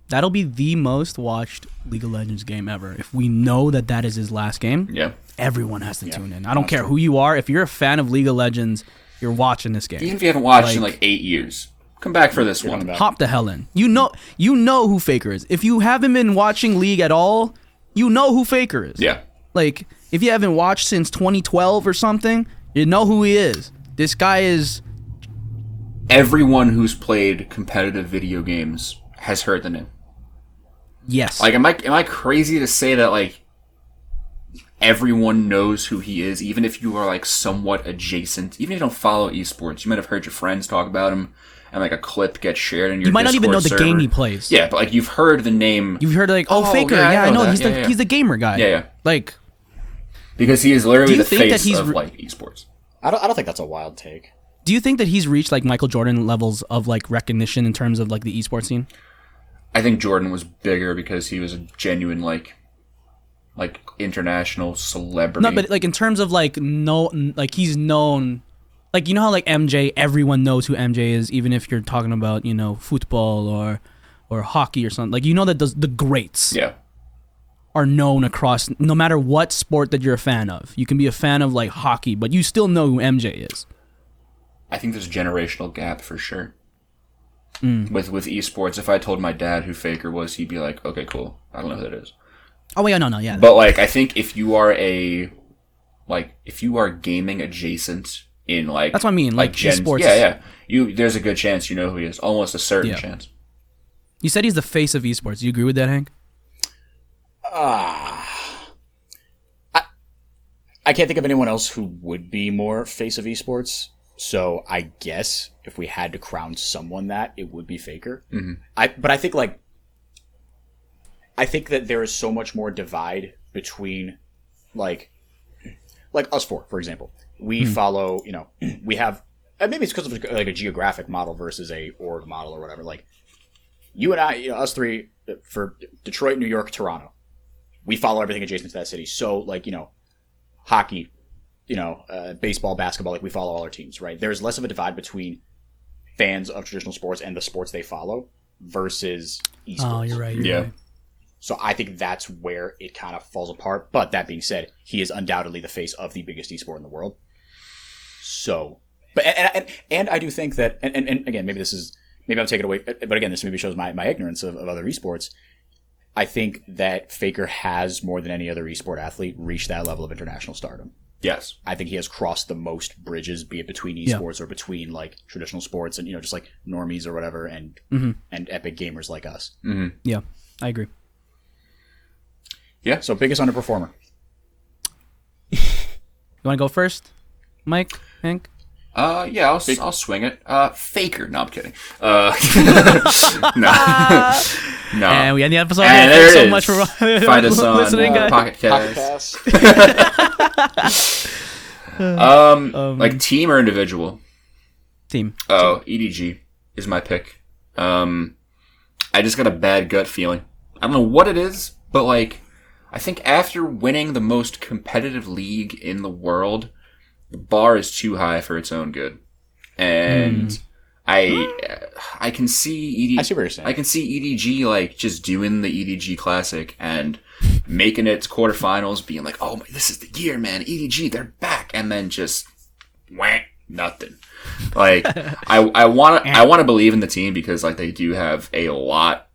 that'll be the most watched league of legends game ever if we know that that is his last game
yeah.
everyone has to tune in i don't care who you are if you're a fan of league of legends you're watching this game
Even if you haven't watched in like eight years, come back for this one.
back.
hop the hell in you know you know who faker is if you haven't been watching league at all you know who faker is
Yeah,
like if you haven't watched since 2012 or something you know who he is this guy is
everyone who's played competitive video games has heard the name.
yes
Like, am I am I crazy to say that like everyone knows who he is, even if you are like somewhat adjacent, even if you don't follow esports, you might have heard your friends talk about him, and like a clip gets shared in your.
you might not even know
Discord
the
server.
game he plays
Yeah, but like you've heard the name
you've heard like oh,
Oh,
faker
yeah,
yeah,
I
i
know
know
that.
he's the
Yeah, yeah.
he's the gamer guy
Yeah, yeah.
like
because he is literally
Do you
the
think that
face
he's
of
re-
like esports.
I don't. I don't think that's a wild take.
Do you think that he's reached like Michael Jordan levels of like recognition in terms of like the esports scene?
I think Jordan was bigger because he was a genuine like, like international celebrity.
No, but like in terms of like no, like he's known, like you know how like MJ, everyone knows who MJ is, even if you're talking about you know football or or hockey or something. Like you know that those, the greats
yeah,
are known across no matter what sport that you're a fan of. You can be a fan of like hockey, but you still know who MJ is.
I think there's a generational gap for sure.
Hmm.
with with esports. If I told my dad who Faker was, he'd be like, "Okay, cool. I don't know who that is."
Oh yeah, no, no, yeah.
But like, I think if you are a like, if you are gaming adjacent in like
That's what I mean, like, esports.
yeah, yeah, you there's a good chance you know who he is. Almost a certain
Yeah.
chance.
You said he's the face of esports. Do you agree with that, Hank?
Ah. I can't think of anyone else who would be more face of esports. So I guess if we had to crown someone that it would be Faker. Mm-hmm. I but I think like I think that there is so much more divide between like like us four, for example. We
Hmm.
follow, you know, we have and maybe it's because of like a geographic model versus a org model or whatever. Like you and I, you know, us three uh, for Detroit, New York, Toronto. We follow everything adjacent to that city. So like, you know, hockey, you know, uh, baseball, basketball, like we follow all our teams, right? There's less of a divide between fans of traditional sports and the sports they follow versus esports.
Oh, you're right. You're
Yeah.
right.
So I think that's where it kind of falls apart. But that being said, he is undoubtedly the face of the biggest esport in the world. So, but and and, and I do think that, and, and, and again, maybe this is maybe I'm taking away, but again, this maybe shows my, my ignorance of, of other esports. I think that Faker has more than any other esport athlete reached that level of international stardom.
Yes.
I think he has crossed the most bridges, be it between esports or between like traditional sports and you know just like normies or whatever, and and epic gamers like us.
Yeah, I agree.
So biggest underperformer.
You want to go first, Mike? Hank?
Uh, yeah, I'll, s- I'll swing it. Uh, Faker. No, I'm kidding. Uh, no, no.
and we end the episode.
And Uh, there
Thanks
it
so
is.
much for
Find us on
listening,
uh,
guys.
Pocket Cast.
Pass.
Um, like team or individual?
team.
Oh, EDG is my pick. Um, I just got a bad gut feeling. I don't know what it is, but like, I think after winning the most competitive league in the world, the bar is too high for its own good, and I, I can see E EDG.
I see what you're saying.
I can see EDG like just doing the EDG Classic and making it to quarterfinals, being like, "Oh my, this is the year, man! EDG, they're back!" and then just whack nothing. Like I, I want to, I want to believe in the team because like they do have a lot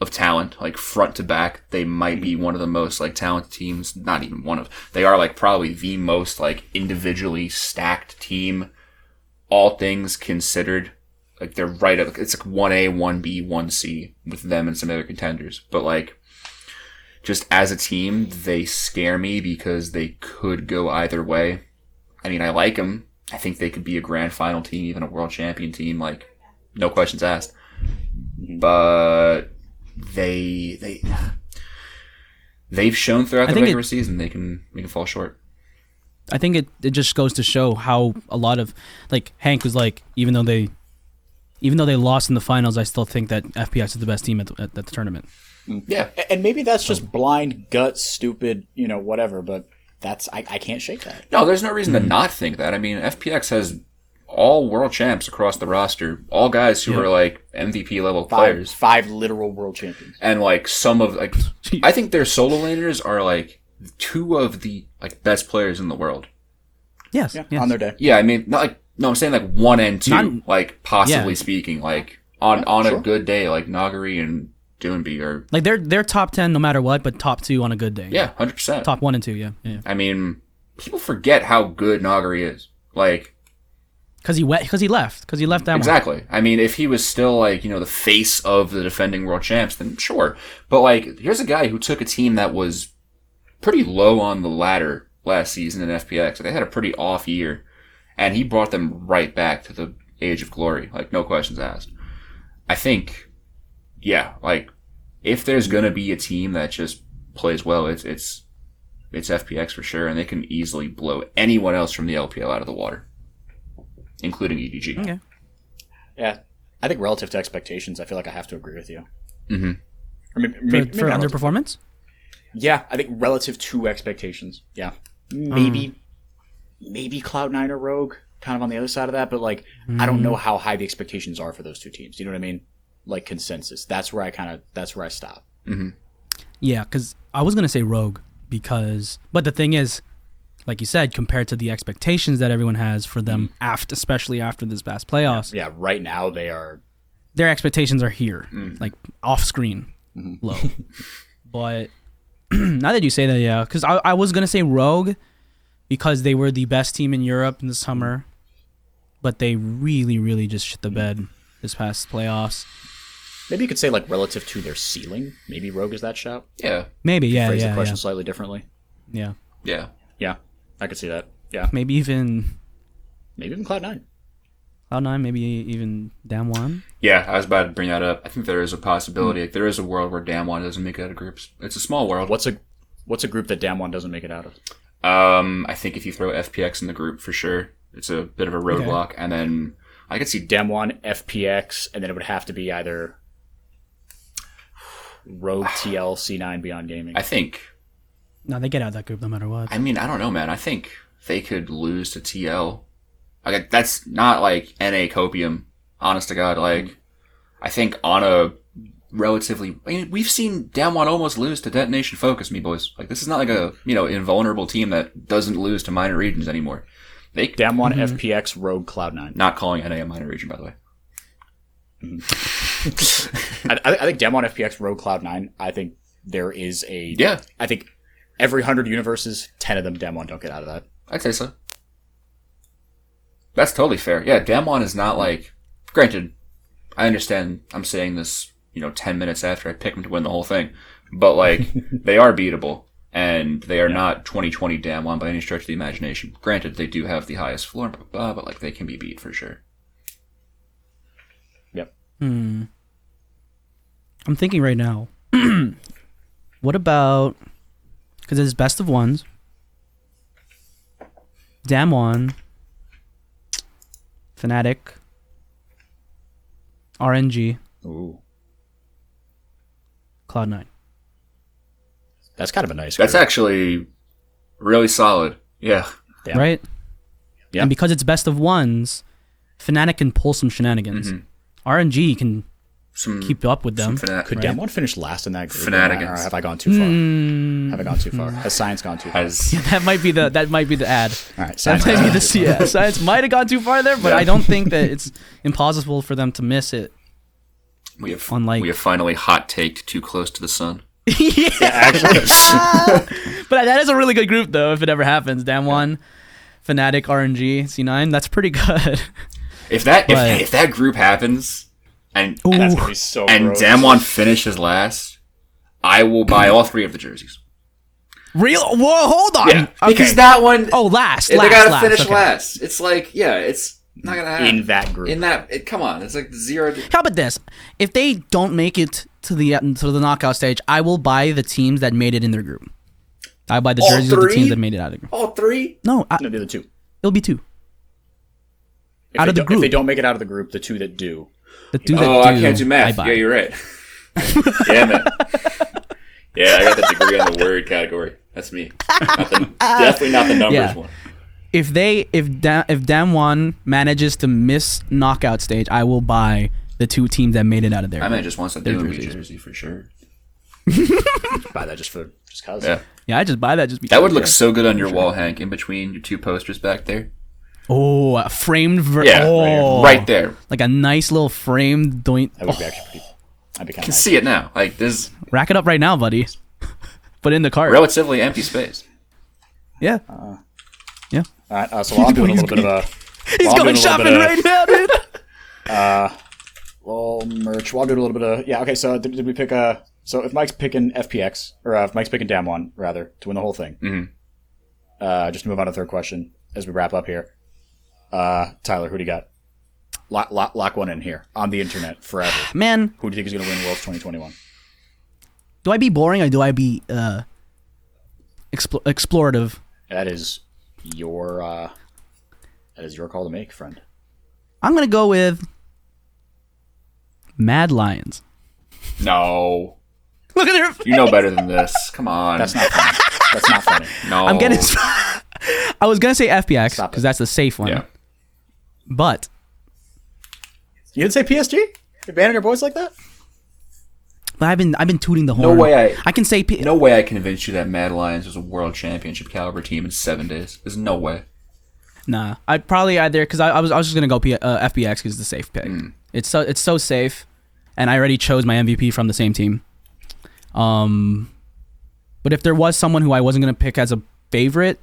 of talent, like front to back. They might be one of the most like talented teams. Not even one of. They are like probably the most like individually stacked team. All things considered, like they're right up. It's like one A, one B, one C with them and some other contenders. But like, just as a team, they scare me because they could go either way. I mean, I like them. I think they could be a grand final team, even a world champion team. Like, no questions asked. But they they they've shown throughout the
think it-
regular season they can they can fall short.
I think it, it just goes to show how a lot of like Hank was like even though they even though they lost in the finals, I still think that FPX is the best team at the, at, at the tournament.
Yeah,
And maybe that's just blind gut, stupid, you know, whatever. But that's I, I can't shake that.
No, there's no
Hmm.
reason to not think that. I mean, FPX has all world champs across the roster, all guys who are like MVP level
Five,
players,
five literal world champions.
and like some of like I think their solo laners are like two of the like best players in the world.
Yes.
Yeah,
yes.
on their day.
Yeah, I mean, not like no, I'm saying like one and two,
Not-
like possibly
yeah.
speaking, like on on
sure.
a good day, like Nagari and Doonby are
like they're they're top 10 no matter what, but top 2 on a good day.
yeah, hundred percent.
Top 1 and 2, yeah. Yeah.
I mean, people forget how good Nagari is. Like
Cuz he went cuz he left, cuz he left that one.
Exactly. I mean, if he was still like you know the face of the defending world champs, then sure. But like, here's a guy who took a team that was pretty low on the ladder last season in FPX. They had a pretty off year, and he brought them right back to the age of glory. Like, no questions asked. I think, yeah, like if there's gonna be a team that just plays well, it's it's it's FPX for sure, and they can easily blow anyone else from the LPL out of the water, including E EDG.
Okay.
Yeah, I think relative to expectations, I feel like I have to agree with you. Mm-hmm.
Mhm.
Or maybe, maybe,
For, for
maybe not relative.
underperformance?
Yeah, I think relative to expectations. Yeah, maybe
Mm.
maybe Cloud Nine or Rogue, kind of on the other side of that. But like, I don't
Mm.
know how high the expectations are for those two teams. You know what I mean? Like consensus. That's where I kind of that's where I stop.
Yeah, cuz I was going to say Rogue because but the thing is like you said compared to the
Mm-hmm.
expectations that everyone has for them after especially after this past playoffs.
Yeah, right now they are
their expectations are here, like off screen, low. but now that you say that, yeah, because I, I was gonna say Rogue because they were the best team in Europe in the summer, but they really, really just shit the bed this past playoffs.
Maybe you could say like relative to their ceiling. Maybe Rogue is that shout.
Yeah.
Maybe, yeah,
Phrase
yeah,
the question
yeah,
slightly differently.
yeah.
Yeah.
Yeah, I could see that. Yeah,
Maybe even
maybe even Cloud Nine.
Cloud Nine. Maybe even Damwon.
Yeah, I was about to bring that up. I think there is a possibility. Like, there is a world where Damwon doesn't make it out of groups. It's a small world.
What's a what's a group that Damwon doesn't make it out of?
Um, I think if you throw FPX in the group for sure, it's a bit of a roadblock. And then I could see.
Damwon, FPX, and then it would have to be either Rogue TL C9 Beyond Gaming.
I think.
No, they get out of that group no matter what.
I mean, I don't know, man. I think they could lose to TL. Like that's not like NA copium. Honest to God, like I think on a relatively, I mean, we've seen Damwon almost lose to Detonation Focus, me boys. Like this is not like a you know invulnerable team that doesn't lose to minor regions anymore. They
Damwon, FPX, Rogue, Cloud Nine.
not calling NA a minor region, by the way.
I, I I think Damwon, FPX, Rogue, Cloud Nine. I think there is a.
Yeah,
I think every hundred universes, ten of them Damwon don't get out of that.
I'd say so. That's totally fair. Yeah, Damwon is not like. Granted, I understand I'm saying this, you know, 10 minutes after I picked them to win the whole thing, but like, they are beatable, and they are not 2020 Damwon by any stretch of the imagination. Granted, they do have the highest floor, blah, blah, blah, but like, they can be beat for sure.
Yep.
Hmm. I'm thinking right now. what about because it's best of ones? Damwon, Fnatic, RNG,
Ooh,
Cloud Nine.
that's kind of a nice.
That's
group.
actually really solid. Yeah.
Yeah.
right?
Yeah.
And because it's best of ones, Fnatic can pull some shenanigans.
Mm-hmm.
RNG can
Some
keep up with them.
some fana-
Could Damwon finish last in that group?
Fanaticans.
Or have I gone too far?
Hmm.
Have I gone too far? Has science gone too far?
has
that might be the that might be the ad.
All right, science.
That might be
gone
the
too far.
CS. Science might have gone too far there, but I don't think that it's impossible for them to miss it.
we have
Unlike-
we have finally hot taked too close to the sun.
But that is a really good group though, if it ever happens. Damwon, Fnatic, RNG, C9. That's pretty good.
If that
Right.
if, if that group happens and
That's gonna be so
and
gross.
Damwon finishes last, I will buy all three of the jerseys.
Real? Whoa, hold on. Uh,
because that one
oh, last.
they
last,
gotta
last.
finish
okay.
last. It's like yeah, it's not gonna happen
in that group.
In that, it, come on, it's like zero.
How about this? If they don't make it to the uh, to the knockout stage, I will buy the teams that made it in their group. I buy the
All
jerseys of the
three?
teams that made it out of the group.
All three.
No, I,
no, the other two.
it'll be two.
If
Out
they
of the
don't-
group.
If they don't make it out of the group, the two that do.
The two that
Oh,
do,
I can't do
I
math.
buy.
Yeah, you're right. Damn it. Yeah, I got the degree on the word category. That's me. Not the- definitely not the numbers
Yeah.
one.
if they if da- if Damwon manages to miss knockout stage, I will buy the two teams that made it out of there.
I mean, just wants that WWE
jerseys.
jersey for sure.
Buy that just for just cause.
Yeah.
yeah, I just buy that just because.
That would look so good on your wall, Hank, in between your two posters back there.
oh a framed ver-
Yeah,
oh,
right there.
like a nice little framed doink.
That would be actually pretty. I'd be kind of
can
nice.
see it now. Like there's
Rack it up right now, buddy. Put it in the cart.
relatively empty space.
Yeah, yeah.
All right, uh, so while I'm doing a little bit of a.
He's
while I'm
going
doing a little
shopping
bit of
right now, dude.
Little merch. While I'm doing a little bit of yeah. Okay, so did, did we pick a? So if Mike's picking FPX or uh, if Mike's picking Damwon rather to win the whole thing. Uh, just to move on to the third question as we wrap up here. Uh, Tyler, who do you got? Lock, lock, lock one in here on the internet forever.
Man,
Who do you think is going to win Worlds 2021?
do I be boring or do I be uh expl- explorative?
That is your uh, that is your call to make, friend.
I'm gonna go with Mad Lions.
No,
Look at their.
you know better than this. Come on.
That's not funny. That's not funny.
no.
I'm getting. I was gonna say FPX
Stop it.
because that's the safe one,
Oh. yeah.
but
You didn't say PSG? You're banning your boys like that?
but I've been I've been tooting the
No
horn.
way I-
I can say P-
No way I convinced you that Mad Lions was a world championship caliber team in seven days. There's no way.
Nah, I'd probably either because I, I was I was just gonna go P- uh, FBX because it's the safe pick. It's so it's so safe, and I already chose my MVP from the same team. Um, but if there was someone who I wasn't gonna pick as a favorite,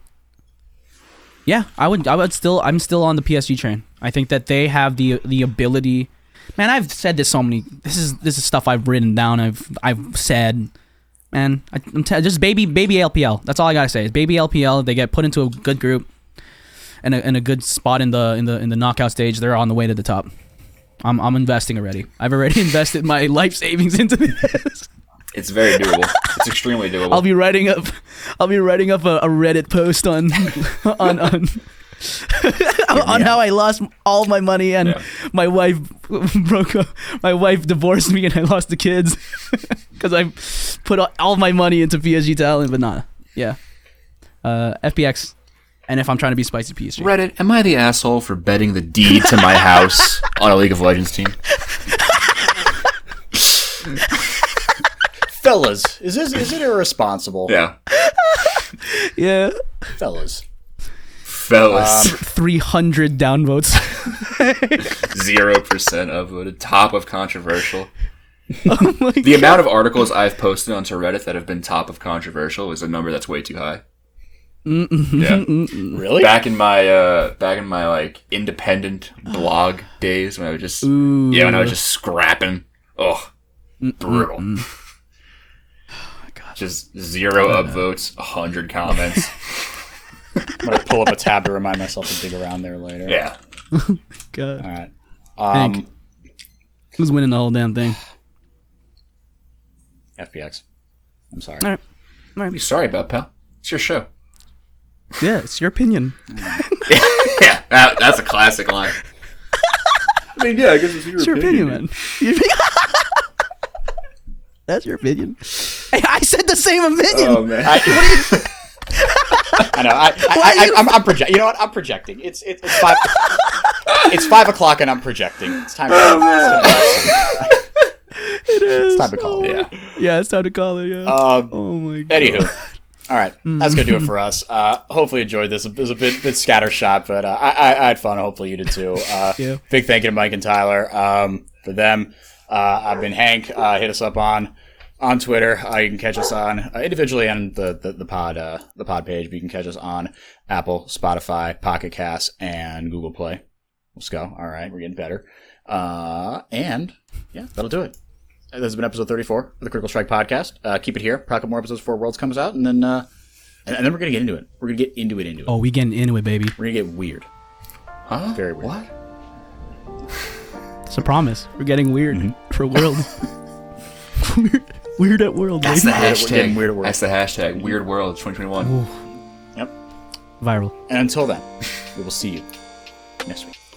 yeah, I would. I would still. I'm still on the PSG train. I think that they have the the ability. Man, I've said this so many. This is this is stuff I've written down. I've I've said. Man, I, I'm t- just baby baby LPL. That's all I gotta say is baby LPL. They get put into a good group, and a, and a good spot in the in the in the knockout stage. They're on the way to the top. I'm I'm investing already. I've already invested my life savings into this.
It's very doable. it's extremely doable.
I'll be writing up, I'll be writing up a, a Reddit post on, on on on how I lost all my money and
Yeah.
my wife broke up, my wife divorced me and I lost the kids because I put all, all my money into PSG talent, but nah, yeah, uh, FPX, and if I'm trying to be spicy PSG,
Reddit, am I the asshole for betting the deed to my house on a League of Legends team?
Fellas, is this is it irresponsible?
Yeah.
yeah,
Fellas.
Fellas,
three hundred downvotes.
zero percent upvoted, top of controversial.
oh my
The amount of articles I've posted onto Reddit that have been top of controversial is a number that's way too high. Yeah.
Really?
Back in my uh, back in my like independent blog days when I was just yeah when I was just scrapping. Oh, brutal.
Oh
Just zero upvotes, hundred comments.
I'm gonna pull up a tab to remind myself to dig around there later.
yeah.
god,
All right. Um,
Hank. who's winning the whole damn thing?
FPX. I'm sorry.
All right.
Be sorry about pal. It's your show.
Yeah, it's your opinion.
Yeah, that, that's a classic line. I mean, yeah, I guess it's your,
That's your opinion, man. That's your opinion. Hey, I said the same opinion.
Oh man,
I know. I, I, I, I, am I'm projecting. You know what? I'm projecting. It's it's, it's five. it's five o'clock, and I'm projecting. It's time.
it is.
it's time to call. it.
yeah.
Yeah, it's time to call it. Yeah.
Um,
oh my god.
Anywho, all right, that's gonna do it for us. Uh, hopefully, you enjoyed this. It was a bit, bit scattershot, but uh, I, I, I had fun. Hopefully, you did too. Uh,
Yeah.
Big thank you to Mike and Tyler um, for them. Uh, I've been Hank. Uh, hit us up on on Twitter. Uh, you can catch us on uh, individually on the the, the pod uh, the pod page. But you can catch us on Apple, Spotify, Pocket Casts, and Google Play. Let's go. All right, we're getting better. Uh, and yeah, that'll do it. This has been episode 34 of the Critical Strike podcast. Uh, keep it here. Probably a couple more episodes before Worlds comes out, and then uh, and, and then we're gonna get into it. We're gonna get into it. Into it.
Oh, we getting into it, baby.
We're gonna get weird.
Huh?
Very weird.
What?
It's a promise. We're getting weird for world. weird, weird at world,
That's the
baby.
Weird-
hashtag.
weird world.
That's the hashtag. Weird World 2021.
Yep.
Viral.
And until then, we will see you next week.